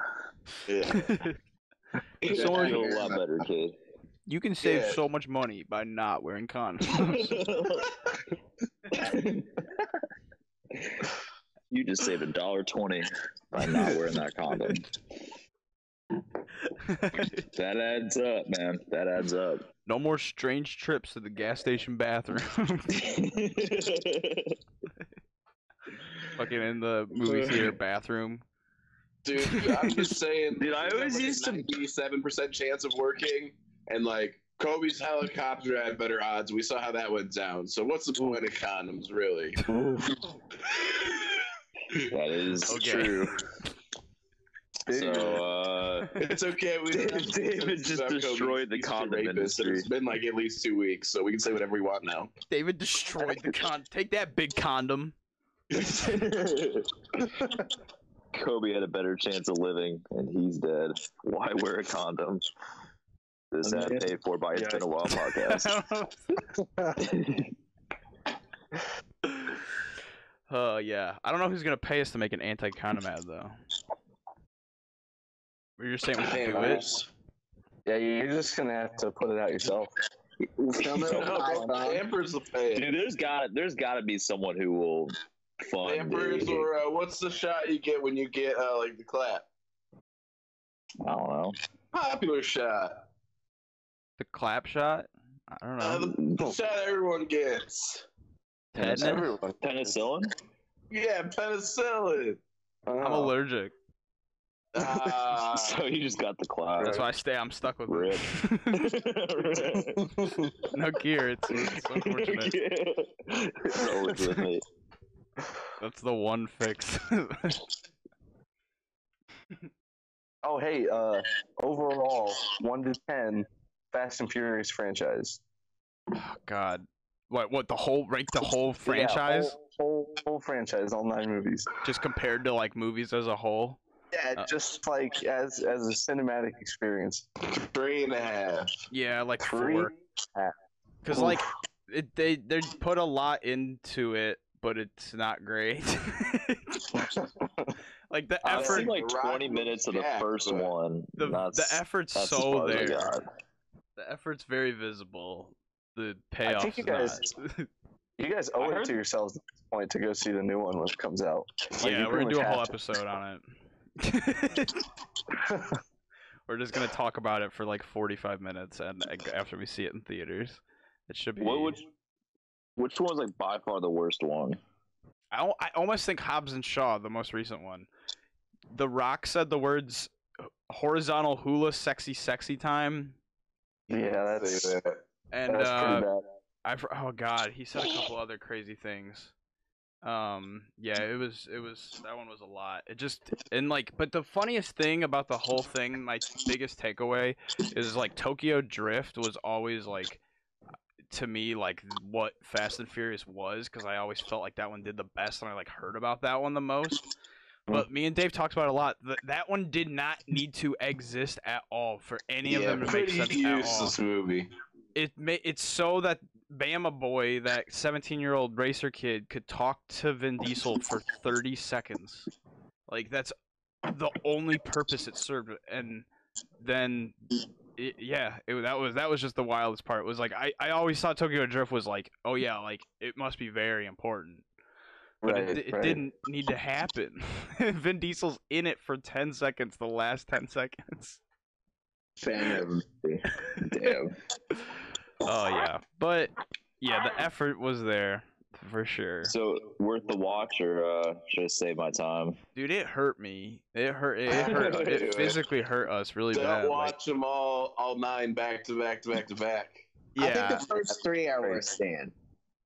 S3: Yeah.
S4: <laughs> It's
S3: Yeah.
S4: gonna feel a lot better, kid.
S1: you can save
S3: Yeah.
S1: so much money by not wearing condoms. <laughs>
S4: <laughs> you just saved a dollar twenty by <laughs> not wearing that condom. That adds up, man. That adds up. <laughs>
S1: no more strange trips to the gas station bathroom. <laughs> fucking in the movie theater bathroom.
S3: Dude, I'm
S4: <laughs>
S3: just saying.
S4: Dude, I always used to-
S3: ninety-seven percent chance of working, and like Kobe's helicopter had better odds. We saw how that went down. So what's the point of condoms, really?
S4: that is
S1: Okay.
S4: true. So,
S6: Dude.
S4: uh,
S3: It's okay. We don't have to
S4: <laughs> David
S3: discuss
S4: just
S3: about Kobe.
S4: destroyed the
S3: He's a
S4: condom
S3: rapist, and
S4: industry.
S3: It's been like at least two weeks, so we can say whatever we want now.
S1: David destroyed the con. Take that big <laughs> condom.
S4: Kobe had a better chance of living, and he's dead. Why wear a condom? This ad paid for by It's Been a While <laughs> podcast.
S1: Uh, Oh yeah, I don't know who's gonna pay us to make an anti-condom ad though. We're just saying we should do it.
S6: Yeah, you're just gonna have to put it out yourself.
S5: Film
S4: <laughs>
S5: it with
S3: No,
S5: an
S3: bro,
S5: iPhone.
S3: Pampers will pay. it.
S4: Dude, there's got there's got to be someone who will fund.
S3: Pampers
S4: a-
S3: or uh, what's the shot you get when you get uh, like the clap?
S4: I don't know.
S3: Popular shot.
S1: The clap shot. I don't know.
S3: Uh, the, the shot everyone gets.
S1: Tetanus?
S4: Penicillin?
S3: Yeah, penicillin.
S1: I'm
S6: Uh,
S1: allergic.
S3: Ah,
S4: so you just got the
S1: That's
S4: class.
S1: why I stay. I'm stuck with
S4: <laughs>
S1: it. <laughs> no gear. It's, it's unfortunate.
S4: It's always with me.
S1: That's the one fix. <laughs>
S6: Oh, hey, uh, overall, 1 to 10, Fast and Furious franchise.
S1: God. What? What? The whole rank the whole
S6: Yeah,
S1: franchise
S6: whole, whole, whole franchise, all nine movies.
S1: just compared to like movies as a whole.
S6: Yeah,
S1: Uh,
S6: just like as as a cinematic experience.
S3: <laughs> three and a half.
S1: Yeah, like
S6: Three?
S1: four.
S6: Ah.
S1: Because like it, they they put a lot into it, but it's not great. <laughs> like the
S4: <laughs> I've
S1: effort,
S4: seen like
S3: Rock
S4: 20 minutes of the
S3: Jack,
S4: first
S3: but-
S4: one.
S1: the,
S4: that's,
S1: the effort's
S4: that's as
S1: so
S4: far as I
S1: there.
S4: got.
S1: the effort's very visible. The
S6: I
S1: payoff
S6: think you guys- You guys owe
S4: I
S6: it
S4: heard-
S6: to yourselves at this point to go see the new one when it comes out. Like,
S1: yeah,
S6: you
S1: we're gonna
S6: pretty
S1: do a
S6: much
S1: whole
S6: have to.
S1: episode on it.
S6: <laughs>
S1: we're just gonna talk about it for like 45 minutes, and like, after we see it in theaters, it should be.
S4: What would? Which one was like by far the worst one?
S1: I, al- I almost think Hobbs and Shaw, the most recent one. The Rock said the words "horizontal hula, sexy, sexy time,"
S6: Yeah, that's,
S3: Say that.
S1: and
S6: that's
S1: uh,
S6: pretty bad.
S1: I fr- oh god, he said a couple other crazy things. Um, yeah, it was it was that one was a lot. It just and like, but the funniest thing about the whole thing, my biggest takeaway is like Tokyo Drift was always like to me like what Fast and Furious was because I always felt like that one did the best and I like heard about that one the most. But me and Dave talked about it a lot. Th- that one did not need to exist at all for any of them to make
S3: pretty
S1: sense at all
S3: useless movie.
S1: it ma- it's so that Bama boy, that 17 year old racer kid, could talk to Vin Diesel for 30 seconds. Like that's the only purpose it served, and then it, yeah, it, that was that was just the wildest part. was like I I always thought Tokyo Drift was like oh yeah, like it must be very important. But it,
S6: Right,
S1: di- it
S6: right.
S1: didn't need to happen. <laughs> Vin Diesel's in it for 10 seconds, the last 10 seconds.
S5: Fan
S3: <laughs>
S5: of
S4: Damn.
S1: Oh yeah, but yeah, the effort was there for sure,
S4: so worth the watch, or uh, should I save my time?
S1: dude. It hurt me. It hurt. It hurt.
S3: Dude.
S1: It physically hurt us really
S3: Don't
S1: bad. like-
S3: watch them all, all nine back to back to back to back.
S5: I
S1: yeah,
S5: think the first three are worth seeing.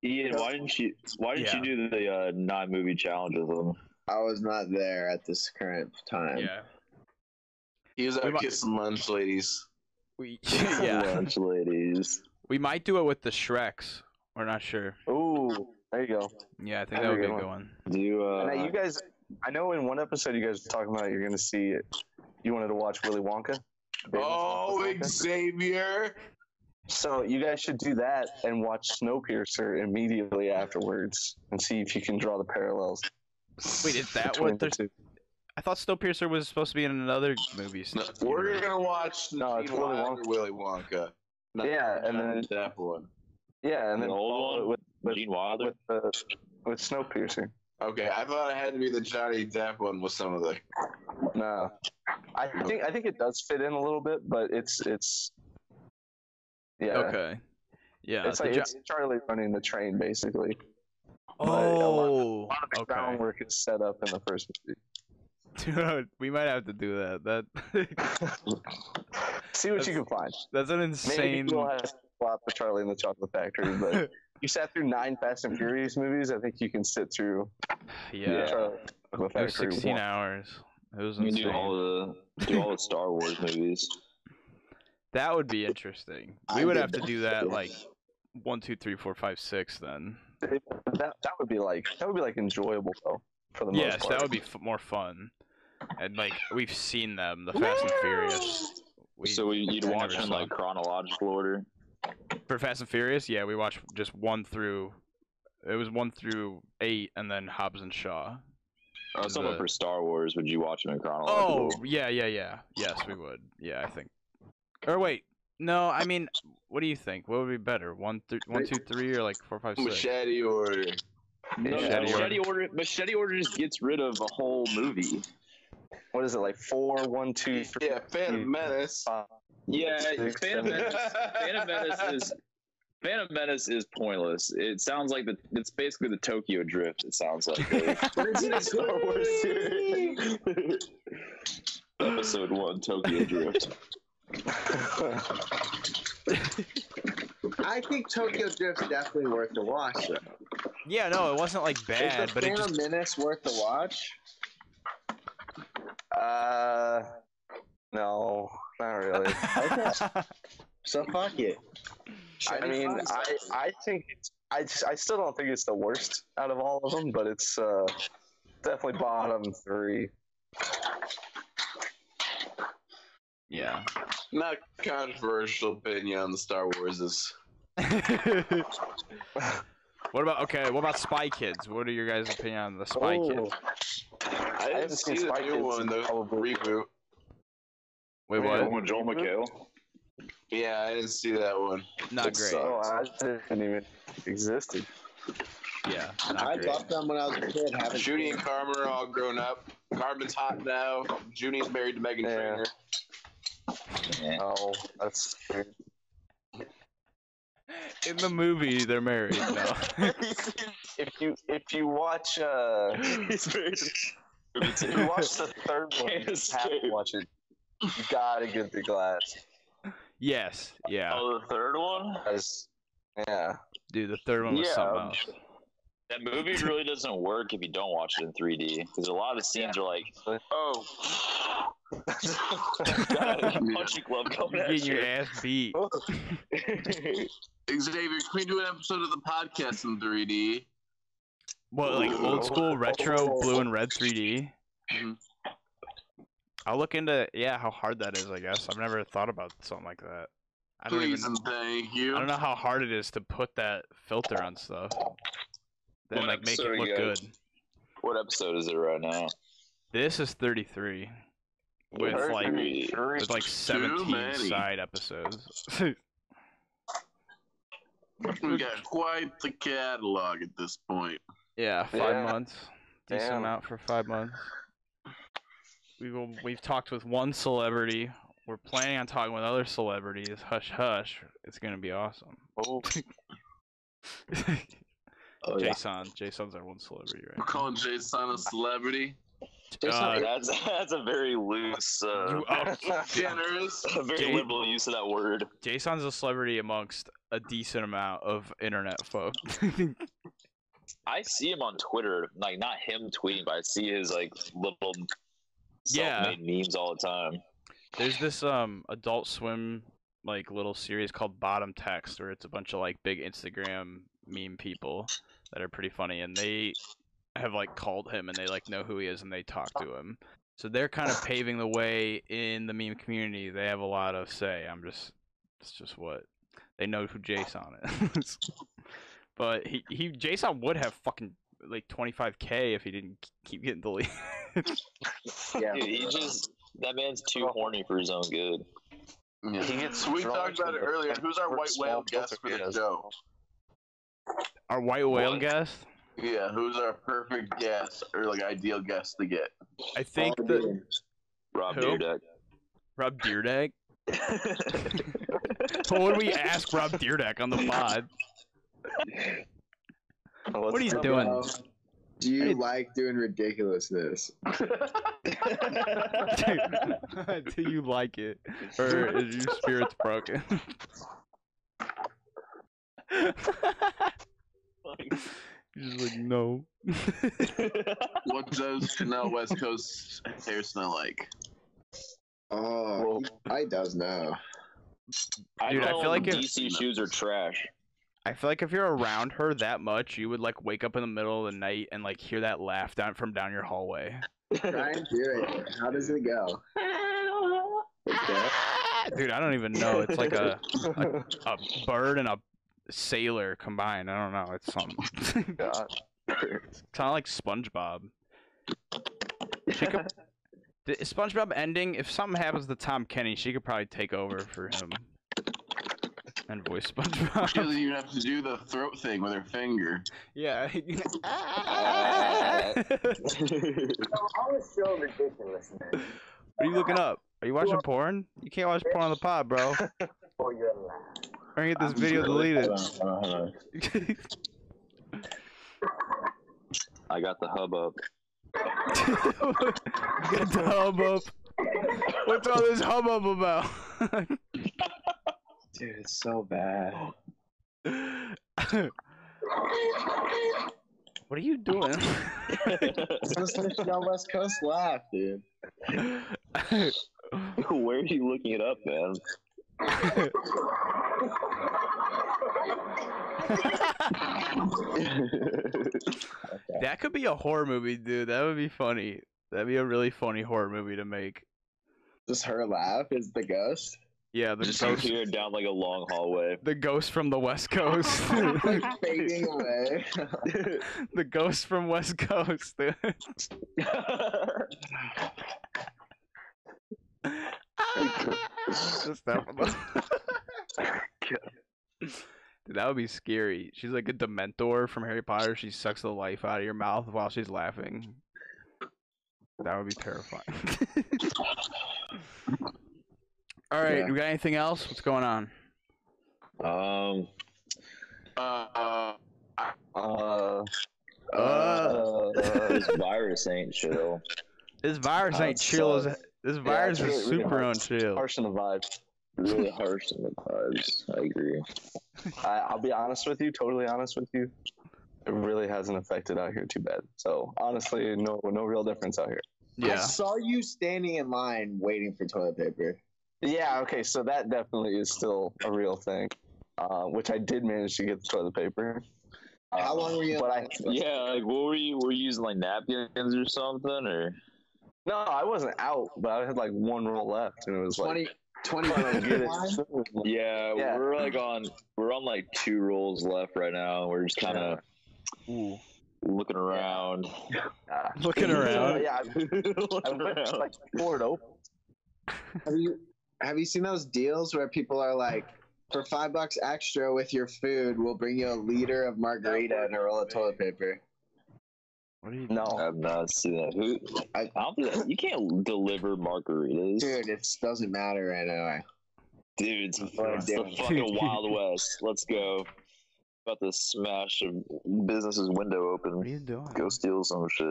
S4: Ian, why didn't you? Why didn't
S1: Yeah.
S4: you do the uh, non-movie challenges with them?
S5: I was not there at this current time.
S1: yeah,
S3: He was
S1: We
S3: out
S1: might-
S3: kissing lunch, ladies.
S1: we <laughs> <laughs> yeah
S4: Lunch ladies.
S1: we might do it with the Shreks. We're not sure.
S6: Ooh, there you go.
S1: Yeah, I think
S6: That'd
S1: that would be
S6: be a
S1: a
S6: good
S1: good one.
S4: Do you, uh,
S6: and now you guys, I know in one episode you guys were talking about you're gonna see. You wanted to watch Willy Wonka.
S3: Oh,
S6: Willy Wonka.
S3: Xavier!
S6: So you guys should do that and watch Snowpiercer immediately afterwards and see if you can draw the parallels.
S1: Wait, is that
S6: between
S1: what
S6: the
S1: there's?
S6: two.
S1: I thought Snowpiercer was supposed to be in another movie.
S3: No, we're gonna watch no,
S6: No, it's Willy Wonka.
S3: Willy Wonka. Not
S6: Yeah, and
S3: Johnny
S6: then-
S3: Depp one.
S6: Yeah, and then
S4: The old
S6: follow
S4: one?
S6: it with with
S4: Gene Wilder.
S6: with, uh, with Snowpiercer.
S3: Okay, I thought it had to be the Johnny Depp one with some of the.
S6: No, I think I think it does fit in a little bit, but it's it's yeah.
S1: Okay. Uh, Yeah.
S6: It's
S1: the
S6: like
S1: Jo-
S6: it's Charlie running the train basically.
S1: oh.
S6: A lot of the
S1: okay.
S6: groundwork is set up in the first movie.
S1: <laughs> Dude, we might have to do that. That <laughs>
S6: See what
S1: That's-
S6: you can find.
S1: that's an
S6: Maybe
S1: insane.
S6: we'll have to flop the Charlie and the Chocolate
S1: <laughs>
S6: Factory, but you sat through nine Fast and Furious movies. I think you can sit through
S1: yeah.
S6: Charlie and the Chocolate
S1: It was
S6: Factory.
S1: 16
S6: once.
S1: hours. It was
S4: You can do
S1: insane.
S4: all the do all the Star Wars movies.
S1: that would be interesting. We
S5: I
S1: would
S5: did
S1: have to
S5: that.
S1: do that like one, two, three, four, five, six. Then
S6: That that would be like that would be like enjoyable though for the
S1: yes,
S6: most part.
S1: that would be f- more fun. And like we've seen them, the Fast and Furious. We,
S4: so we, you'd
S1: I
S4: watch
S1: never
S4: them in
S1: saw
S4: like chronological order.
S1: for Fast and Furious, yeah, we watched just one through. It was one through eight, and then Hobbs and Shaw.
S4: I was talking
S1: The-
S4: about for Star Wars. Would you watch them in
S1: Oh
S4: chronological?
S1: yeah, yeah, yeah. Yes, we would. Yeah, I think. Or wait, no. I mean, what do you think? What would be better? One, th- one, two, three, or like four, five, six?
S3: Machete or.
S4: No,
S1: Machete
S4: machete, order. Machete order just gets rid of a whole movie.
S6: What is it like four, one, two, three? <laughs>
S3: Yeah, Phantom Menace.
S6: five,
S4: Yeah,
S6: six,
S4: Phantom
S6: seven.
S4: Menace.
S3: <laughs>
S4: Phantom Menace is Phantom Menace is pointless. It sounds like the it's basically the Tokyo Drift. It sounds like
S5: <laughs>
S4: the Star Wars
S3: <laughs>
S4: series. Episode one, Tokyo Drift.
S5: I think Tokyo Drift's definitely worth the watch. Though.
S1: Yeah, no, it wasn't like bad,
S5: is the
S1: but it
S5: Phantom
S1: just
S5: Menace worth the watch?
S6: Uh, no, not really.
S1: <laughs>
S5: So fuck it.
S6: I mean, I, I think it's, I just, I still don't think it's the worst out of all of them, but it's uh definitely bottom three.
S1: yeah.
S3: Not controversial opinion on the Star Wars is.
S1: what about okay? <laughs> What about Spy Kids? What are your guys' opinion on the Spy
S6: Oh.
S1: Kids?
S3: I didn't
S6: haven't
S3: see
S6: seen
S3: the
S6: Spy
S3: new
S6: Kids
S3: one,
S6: in
S3: the
S6: probably-
S3: reboot.
S1: Wait,
S6: Yeah,
S1: what?
S4: Joel McHale.
S3: Yeah, I didn't see that one.
S1: Not
S3: It
S1: great.
S3: sucked.
S6: Oh, I didn't even existed.
S1: Yeah,
S5: I
S1: not great.
S5: bought them when I was a kid. Haven't
S3: Judy and Carmen are all grown up. Carmen's hot now. Judy's married to Megan
S6: Yeah.
S3: Trainor.
S4: Yeah.
S6: Oh, that's weird.
S1: <laughs> In the movie, they're married. No.
S6: if you if you watch uh
S4: He's very.
S6: if <laughs> you watch the third one, you
S4: Can't
S6: have to
S4: escape.
S6: watch it. You gotta get the glass.
S1: <laughs> yes. Yeah.
S4: Oh, the third one.
S6: Guys, Yeah.
S1: Dude, the third one was
S6: Yeah,
S1: something
S6: I'm
S1: else.
S4: That movie really doesn't work if you don't watch it in 3D because a lot of scenes are like, <laughs> oh, got a punching glove coming
S1: You're
S4: at
S1: getting
S4: you.
S1: your ass beat.
S6: <laughs>
S3: Xavier, can we do an episode of the podcast in 3D?
S1: What, like old school
S6: <laughs>
S1: retro blue and red 3D?
S3: Mhm.
S1: I'll look into yeah how hard that is. I guess I've never thought about something like that. I don't
S3: Please
S1: even.
S3: and thank you.
S1: I don't know how hard it is to put that filter on stuff. Then
S4: What
S1: like make
S4: episode are
S1: it look
S4: you
S1: good.
S4: guys- What episode is it right now?
S1: This is 33 with
S6: Third
S1: like
S6: degree.
S1: with like 17
S3: many.
S1: side episodes. <laughs>
S3: We got quite the catalog at this point.
S1: yeah, five
S6: Yeah.
S1: months. Decent
S6: Damn.
S1: amount for five months. We will, we've talked with one celebrity. We're planning on talking with other celebrities. Hush, hush. It's gonna be awesome.
S6: Oh,
S4: Oh, yeah.
S1: Jason, Jason's our one celebrity,
S3: We're
S1: right?
S3: calling Jason a celebrity.
S1: Uh,
S4: that's that's a very loose, uh, <laughs>
S1: you- oh,
S3: Generous.
S4: a very
S1: Jay-
S4: liberal use of that word.
S1: Jason's a celebrity amongst a decent amount of internet folk.
S4: I see him on Twitter, like not him tweeting, but I see his like little
S1: Yeah.
S4: self-made memes all the time.
S1: There's this um Adult Swim like little series called Bottom Text where it's a bunch of like big Instagram meme people that are pretty funny and they have like called him and they like know who he is and they talk to him. So they're kind of paving the way in the meme community. They have a lot of say. I'm just it's just what they know who Jason is. <laughs> but he he Jason would have fucking like 25k if he didn't keep getting deleted. <laughs>
S6: yeah.
S4: Dude, he just that man's too horny for his own good.
S3: Yeah.
S6: He gets
S3: We
S6: drunk
S3: talked about it
S6: and-
S3: earlier. Who's our white whale guest for the show?
S1: Our white whale
S4: What?
S1: guest.
S3: Yeah, who's our perfect guest or like ideal guest to get?
S1: I think that
S4: Rob
S1: Who?
S4: Dyrdek.
S1: Rob Deerdeck. but would we ask Rob Deerdeck on the pod? What are you doing?
S5: Um, Do you
S1: Hey.
S5: like doing ridiculousness?
S1: <laughs> Do you like it, or is your spirits broken? <laughs> You're just like no.
S3: What does Chanel West Coast hair smell like?
S5: Oh, I does know.
S4: I
S1: Dude, I
S4: call
S1: feel
S4: him
S1: like if-
S4: DC shoes are trash.
S1: I feel like if you're around her that much, you would like wake up in the middle of the night and like hear that laugh down from down your hallway.
S5: Try and do it. How does it go? Like that?
S1: Dude, I don't even know. It's like a a bird and a sailor combined. I don't know. It's something.
S6: God.
S1: kind of like SpongeBob. She could, the SpongeBob ending. If something happens to Tom Kenny, she could probably take over for him and voice
S3: <laughs> She
S1: SpongeBob.
S3: doesn't even have to do the throat thing with her finger.
S1: <laughs> yeah. what
S8: I was so ridiculous, man.
S1: are you looking up? Are you watching porn? You can't watch porn on the pod, bro. We're
S8: For your life.
S1: gonna get this video deleted. <laughs>
S4: Hold on, hold on. I got the hub up.
S1: Get the hubbub. What's all this hubbub about?
S5: Dude, it's so bad.
S1: what are you doing?
S5: It's the Chanel West Coast laugh, dude.
S4: Where are you looking it up, man?
S1: <laughs> that could be a horror movie, dude. That would be funny. That'd be a really funny horror movie to make.
S5: Just her laugh is the ghost.
S1: Yeah, the
S4: Just
S1: ghost,
S4: appeared down like a long hallway.
S1: the ghost from the West Coast. <laughs>
S5: Like fading away.
S1: the ghost from West Coast. dude. <laughs>
S6: <laughs>
S1: Just that one. Dude, that would be scary. She's like a Dementor from Harry Potter. She sucks the life out of your mouth while she's laughing. That would be terrifying. <laughs> All right,
S5: Yeah.
S1: we got anything else? What's going on?
S4: Um,
S1: <laughs>
S3: Uh,
S6: Uh,
S1: Uh.
S4: this virus ain't chill.
S1: This virus
S4: Uh,
S1: ain't chill. As,
S4: it's,
S1: this virus
S6: it's
S1: is
S6: really- really
S1: super
S6: hard.
S1: unchill.
S6: harsh on the vibes.
S4: Really harsh on the vibes. I agree.
S6: I, I'll be honest with you, totally honest with you. It really hasn't affected out here too bad. So honestly, no, no real difference out here.
S5: I
S1: Yeah.
S5: saw you standing in line waiting for toilet paper.
S6: Yeah, okay, so that definitely is still a real thing, uh, which I did manage to get the toilet paper.
S5: How
S6: Um,
S5: long were you? in
S6: But
S5: line
S6: I,
S5: for?
S4: Yeah, like what were you? Were you using like napkins or something? Or
S6: no, I wasn't out, but I had like one roll left, and it was like
S5: 20, 20
S6: I don't
S5: <laughs>
S6: get it.
S4: yeah,
S6: Yeah.
S4: we're like on we're on like two rolls left right now. We're just kind of
S6: <laughs>
S1: Ooh.
S4: looking around.
S6: Uh, <laughs>
S1: Looking around.
S6: Yeah, I, <laughs> I
S4: Looking
S6: wish,
S4: around.
S6: like tore it open.
S5: Have you have you seen those deals where people are like, for five bucks extra with your food, we'll bring you a liter of margarita and a roll of toilet paper?
S1: What are you
S6: No,
S4: I've not seen that. Who? I, I don't think that, you can't deliver margaritas, dude.
S5: Dude, it doesn't matter right now.
S4: It's,
S5: I'm
S4: it's the
S5: doing.
S4: fucking Wild West. Let's go. About to smash a business's window
S1: What are
S4: open.
S1: you doing? <laughs>
S4: Go steal some shit.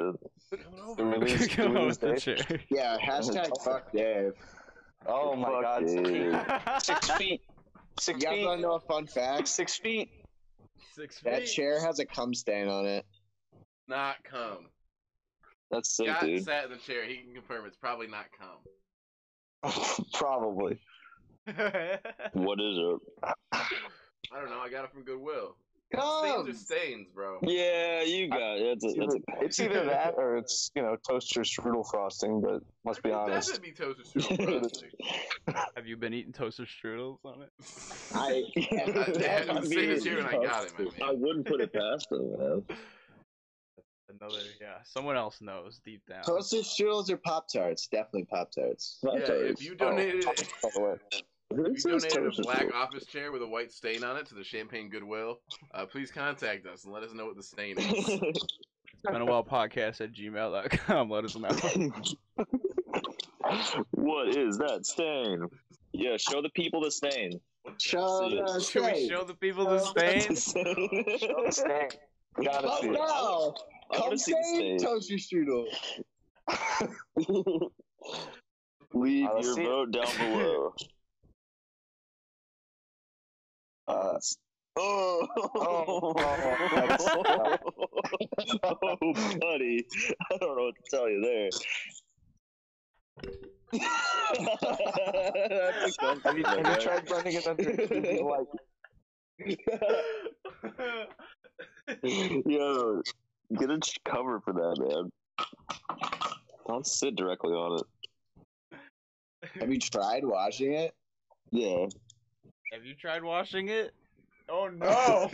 S6: Release-
S1: Come on
S6: release
S1: with the
S6: date.
S1: chair.
S5: Yeah, hashtag fuck Dave.
S6: Oh my
S4: Fuck,
S6: god, six feet,
S4: dude. <laughs>
S6: six feet, six
S5: You guys want to
S6: feet,
S5: know a fun fact?
S6: six feet.
S1: Six
S5: That chair has a cum stain on it.
S3: not come.
S4: That's sick,
S3: Scott
S4: dude.
S3: sat in the chair. He can confirm it's probably not come.
S6: <laughs> Probably. <laughs>
S4: What is it?
S3: I don't know. I got it from Goodwill. Stains
S5: Cum.
S3: are stains, bro.
S4: Yeah, you got it. That's a, that's a,
S6: It's
S4: <laughs>
S6: either that or it's you know toaster strudel frosting. But let's be honest,
S3: That'd be toasted strudel, <laughs> probably.
S1: Have you been eating toaster strudels on it?
S3: <laughs>
S6: <laughs>
S5: I
S3: I, I had the same chair and I got it, my
S4: I
S3: man.
S4: wouldn't put it past them, man.
S1: Another, yeah. Someone else knows deep down.
S5: toasted strudels or pop tarts? Definitely pop tarts.
S3: Yeah, if you donated,
S6: Oh, by the way,
S3: if you donated a black office chair with a white stain on it to the Champagne Goodwill, uh, please contact us and let us know what the stain
S4: <laughs>
S3: is.
S1: Podcast at gmail.com. Let us
S5: <laughs>
S1: know.
S4: what is that stain? Yeah, show the people the stain.
S5: Show the
S1: Should we
S5: stain.
S1: show the people the stain?
S4: Show the stain. Gotta
S5: Oh
S4: see it.
S5: no!
S4: I wanna
S5: Cum
S4: see the
S5: stain
S4: stain.
S5: toaster strudel.
S4: <laughs> Leave
S6: I'll
S4: your
S6: see it.
S4: vote down <laughs> below.
S6: uh,
S4: <laughs> Oh,
S6: Oh.
S4: oh, buddy! I don't know what to tell you <laughs> there. That's
S6: have,
S4: something,
S6: you, have you
S4: man.
S6: tried burning it under a tree? <laughs> You like
S4: <laughs> Yo, get a ch- cover for that, man. Don't sit directly on it.
S5: Have you tried washing it?
S1: <laughs>
S4: Yeah.
S1: Have you tried washing it?
S5: <laughs>
S1: Oh no!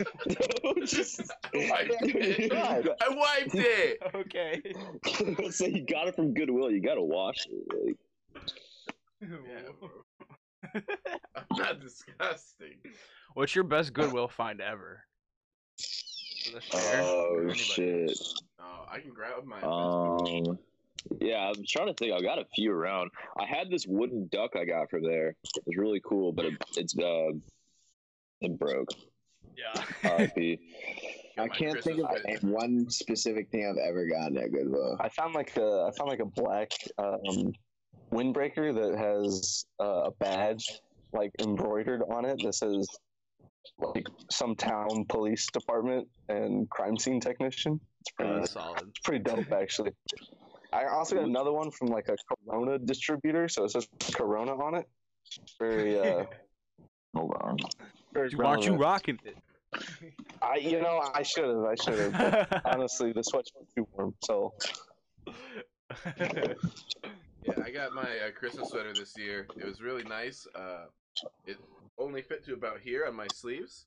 S4: <laughs> Just
S3: I wiped it. I wiped it.
S1: <laughs> okay.
S4: <laughs> so you got it from Goodwill. You gotta wash it. Like,
S3: Yeah, bro. <laughs> I'm not disgusting.
S1: What's your best Goodwill find ever? For the chair?
S4: oh
S1: Anybody?
S4: shit.
S3: Oh, I can grab my.
S4: Um. Yeah, I'm trying to think. I got a few around. I had this wooden duck I got from there. It's really cool, but it, it's uh, it broke.
S1: <laughs> Yeah.
S4: R.I.P.
S5: I
S3: my
S5: can't think of
S3: Christmas present.
S5: one specific thing I've ever gotten at Goodwill.
S6: I found like a I found like a black um, windbreaker that has uh, a badge like embroidered on it that says like some town police department and crime scene technician. It's pretty,
S1: Uh, solid.
S6: it's pretty dope actually. I also got another one from like a Corona distributor, so it says Corona on it. Very uh,
S4: Hold on.
S6: very
S1: Dude, aren't you
S6: relevant.
S1: rocking it?
S6: I you know I should have I should have.
S1: <laughs>
S6: but Honestly, the sweat's too warm, so
S3: Yeah, I got my uh, Christmas sweater this year. It was really nice. Uh, it only fit to about here on my sleeves,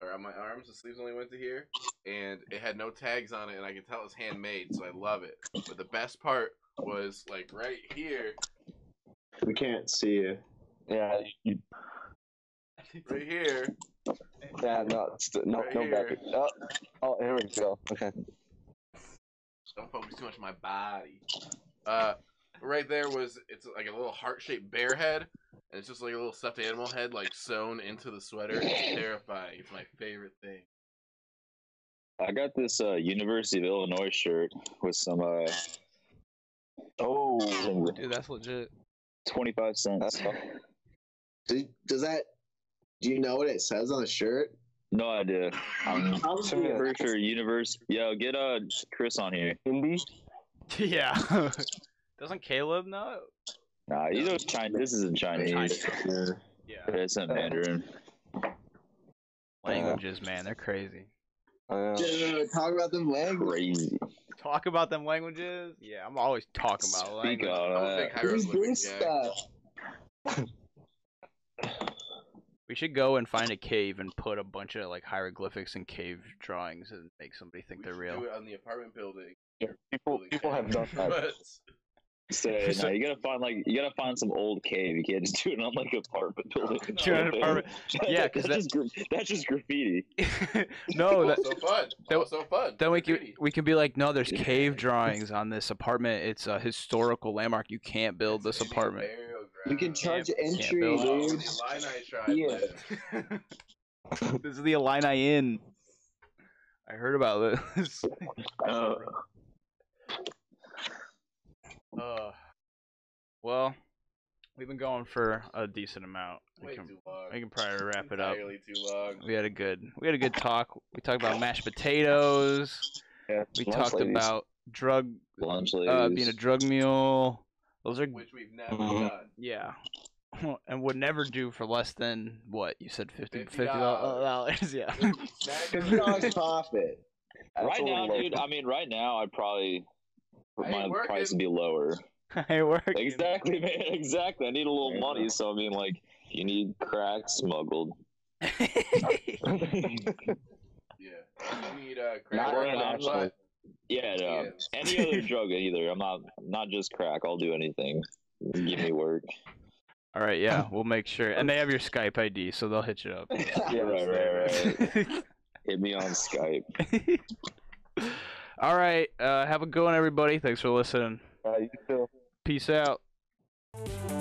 S3: or on my arms. The sleeves only went to here, and it had no tags on it, and I could tell it was handmade, so I love it. But the best part was like right here.
S5: We can't see you.
S6: yeah, you,
S3: right here.
S6: Yeah, no, it's- no,
S3: Right
S6: no
S3: here.
S6: back. Oh, oh, here we go. Okay.
S3: Don't focus too much on my body. Uh, right there was it's like a little heart-shaped bear head, and it's just like a little stuffed animal head like sewn into the sweater. It's terrifying. It's my favorite thing.
S4: I got this uh, University of Illinois shirt with some uh,
S6: Oh,
S4: some
S1: <laughs> Dude, that's legit.
S4: twenty-five cents.
S5: Do- Does that? Do you know what it says on the shirt?
S4: No idea. I'm
S8: I was
S6: Sure.
S4: pretty sure Universe. Yo, get uh Chris on here.
S6: indie.
S1: <laughs> yeah. <laughs> Doesn't Caleb know?
S4: Nah, you know it's Chinese. This isn't Chinese.
S1: Yeah.
S4: It's in Mandarin.
S1: Languages, man, they're crazy.
S6: Uh,
S5: Dude, talk about them legs.
S4: Crazy.
S1: Talk about them languages. Yeah, I'm always talking about
S4: Speak
S1: language.
S4: uh, on
S3: I'm a
S4: that.
S3: big Hyros
S5: Who's
S3: living
S5: this
S3: guy.
S5: stuff?
S1: We should go and find a cave and put a bunch of like hieroglyphics and cave drawings and make somebody think
S3: We
S1: they're
S3: should
S1: real.
S3: Do it on the apartment building.
S6: People,
S3: Really
S6: people have
S3: can.
S6: done that.
S3: But-
S4: So, no, you gotta find like you gotta find some old cave. You can't just do it on like apartment building.
S1: Do it on
S4: <laughs>
S1: apartment- <laughs> yeah, 'cause
S4: that's just gra- that's just graffiti.
S1: no,
S3: <laughs>
S1: that, <laughs>
S3: also fun.
S1: that-
S3: also fun.
S1: then we can
S3: Graffiti.
S1: we can be like, no, there's
S4: Yeah.
S1: cave drawings on this apartment. It's a historical landmark. You can't build
S3: It's
S1: this
S3: an Indian
S1: apartment.
S3: burial
S5: We can
S3: ground.
S5: charge
S1: can't
S5: entry,
S1: build
S3: Oh,
S5: dude.
S3: the Illini tribe
S5: Yeah.
S1: <laughs>
S3: lives. <laughs>
S1: this is the Illini Inn. I heard about this. <laughs>
S6: Uh,
S3: Oh,
S1: uh, well, we've been going for a decent amount. We
S3: Way
S1: can,
S3: too long.
S1: we can probably wrap it up.
S3: Entirely too long.
S1: We had a good we had a good talk. We talked about mashed potatoes.
S6: yeah,
S1: We
S6: lunch
S1: talked
S6: ladies.
S1: about drug
S4: Lunch
S1: uh,
S4: ladies.
S1: being a drug mule. Those are
S3: Which we've never
S1: <laughs>
S6: Mhm.
S3: done.
S1: yeah. And would never do for less than what you said, fifty
S3: $50.
S1: fifty uh, dollars. <laughs> Yeah,
S5: Fifty dollars profit.
S6: That's
S4: right
S6: a
S4: now,
S6: little low.
S4: dude. I mean, right now, I'd probably
S3: I ain't
S4: my
S3: working.
S4: price would be lower.
S1: I work. <laughs>
S4: Exactly, <laughs> man. Exactly. I need a little
S6: Yeah.
S4: money, so I mean, like, you need crack smuggled.
S3: Yeah. You need uh,
S6: Not
S3: crack or
S6: international.
S3: pot.
S4: Yeah, no. Any other <laughs> drug, either. I'm not not just crack. I'll do anything. Give me work.
S1: All right, <laughs> yeah, we'll make sure. And they have your Skype ID, so they'll hit you <laughs> up.
S6: <laughs>
S4: Yeah, right, right, right. Hit me on Skype.
S1: All right, uh, have a good one, everybody. Thanks for listening.
S6: Uh, you feel
S1: Peace out.
S6: Bye.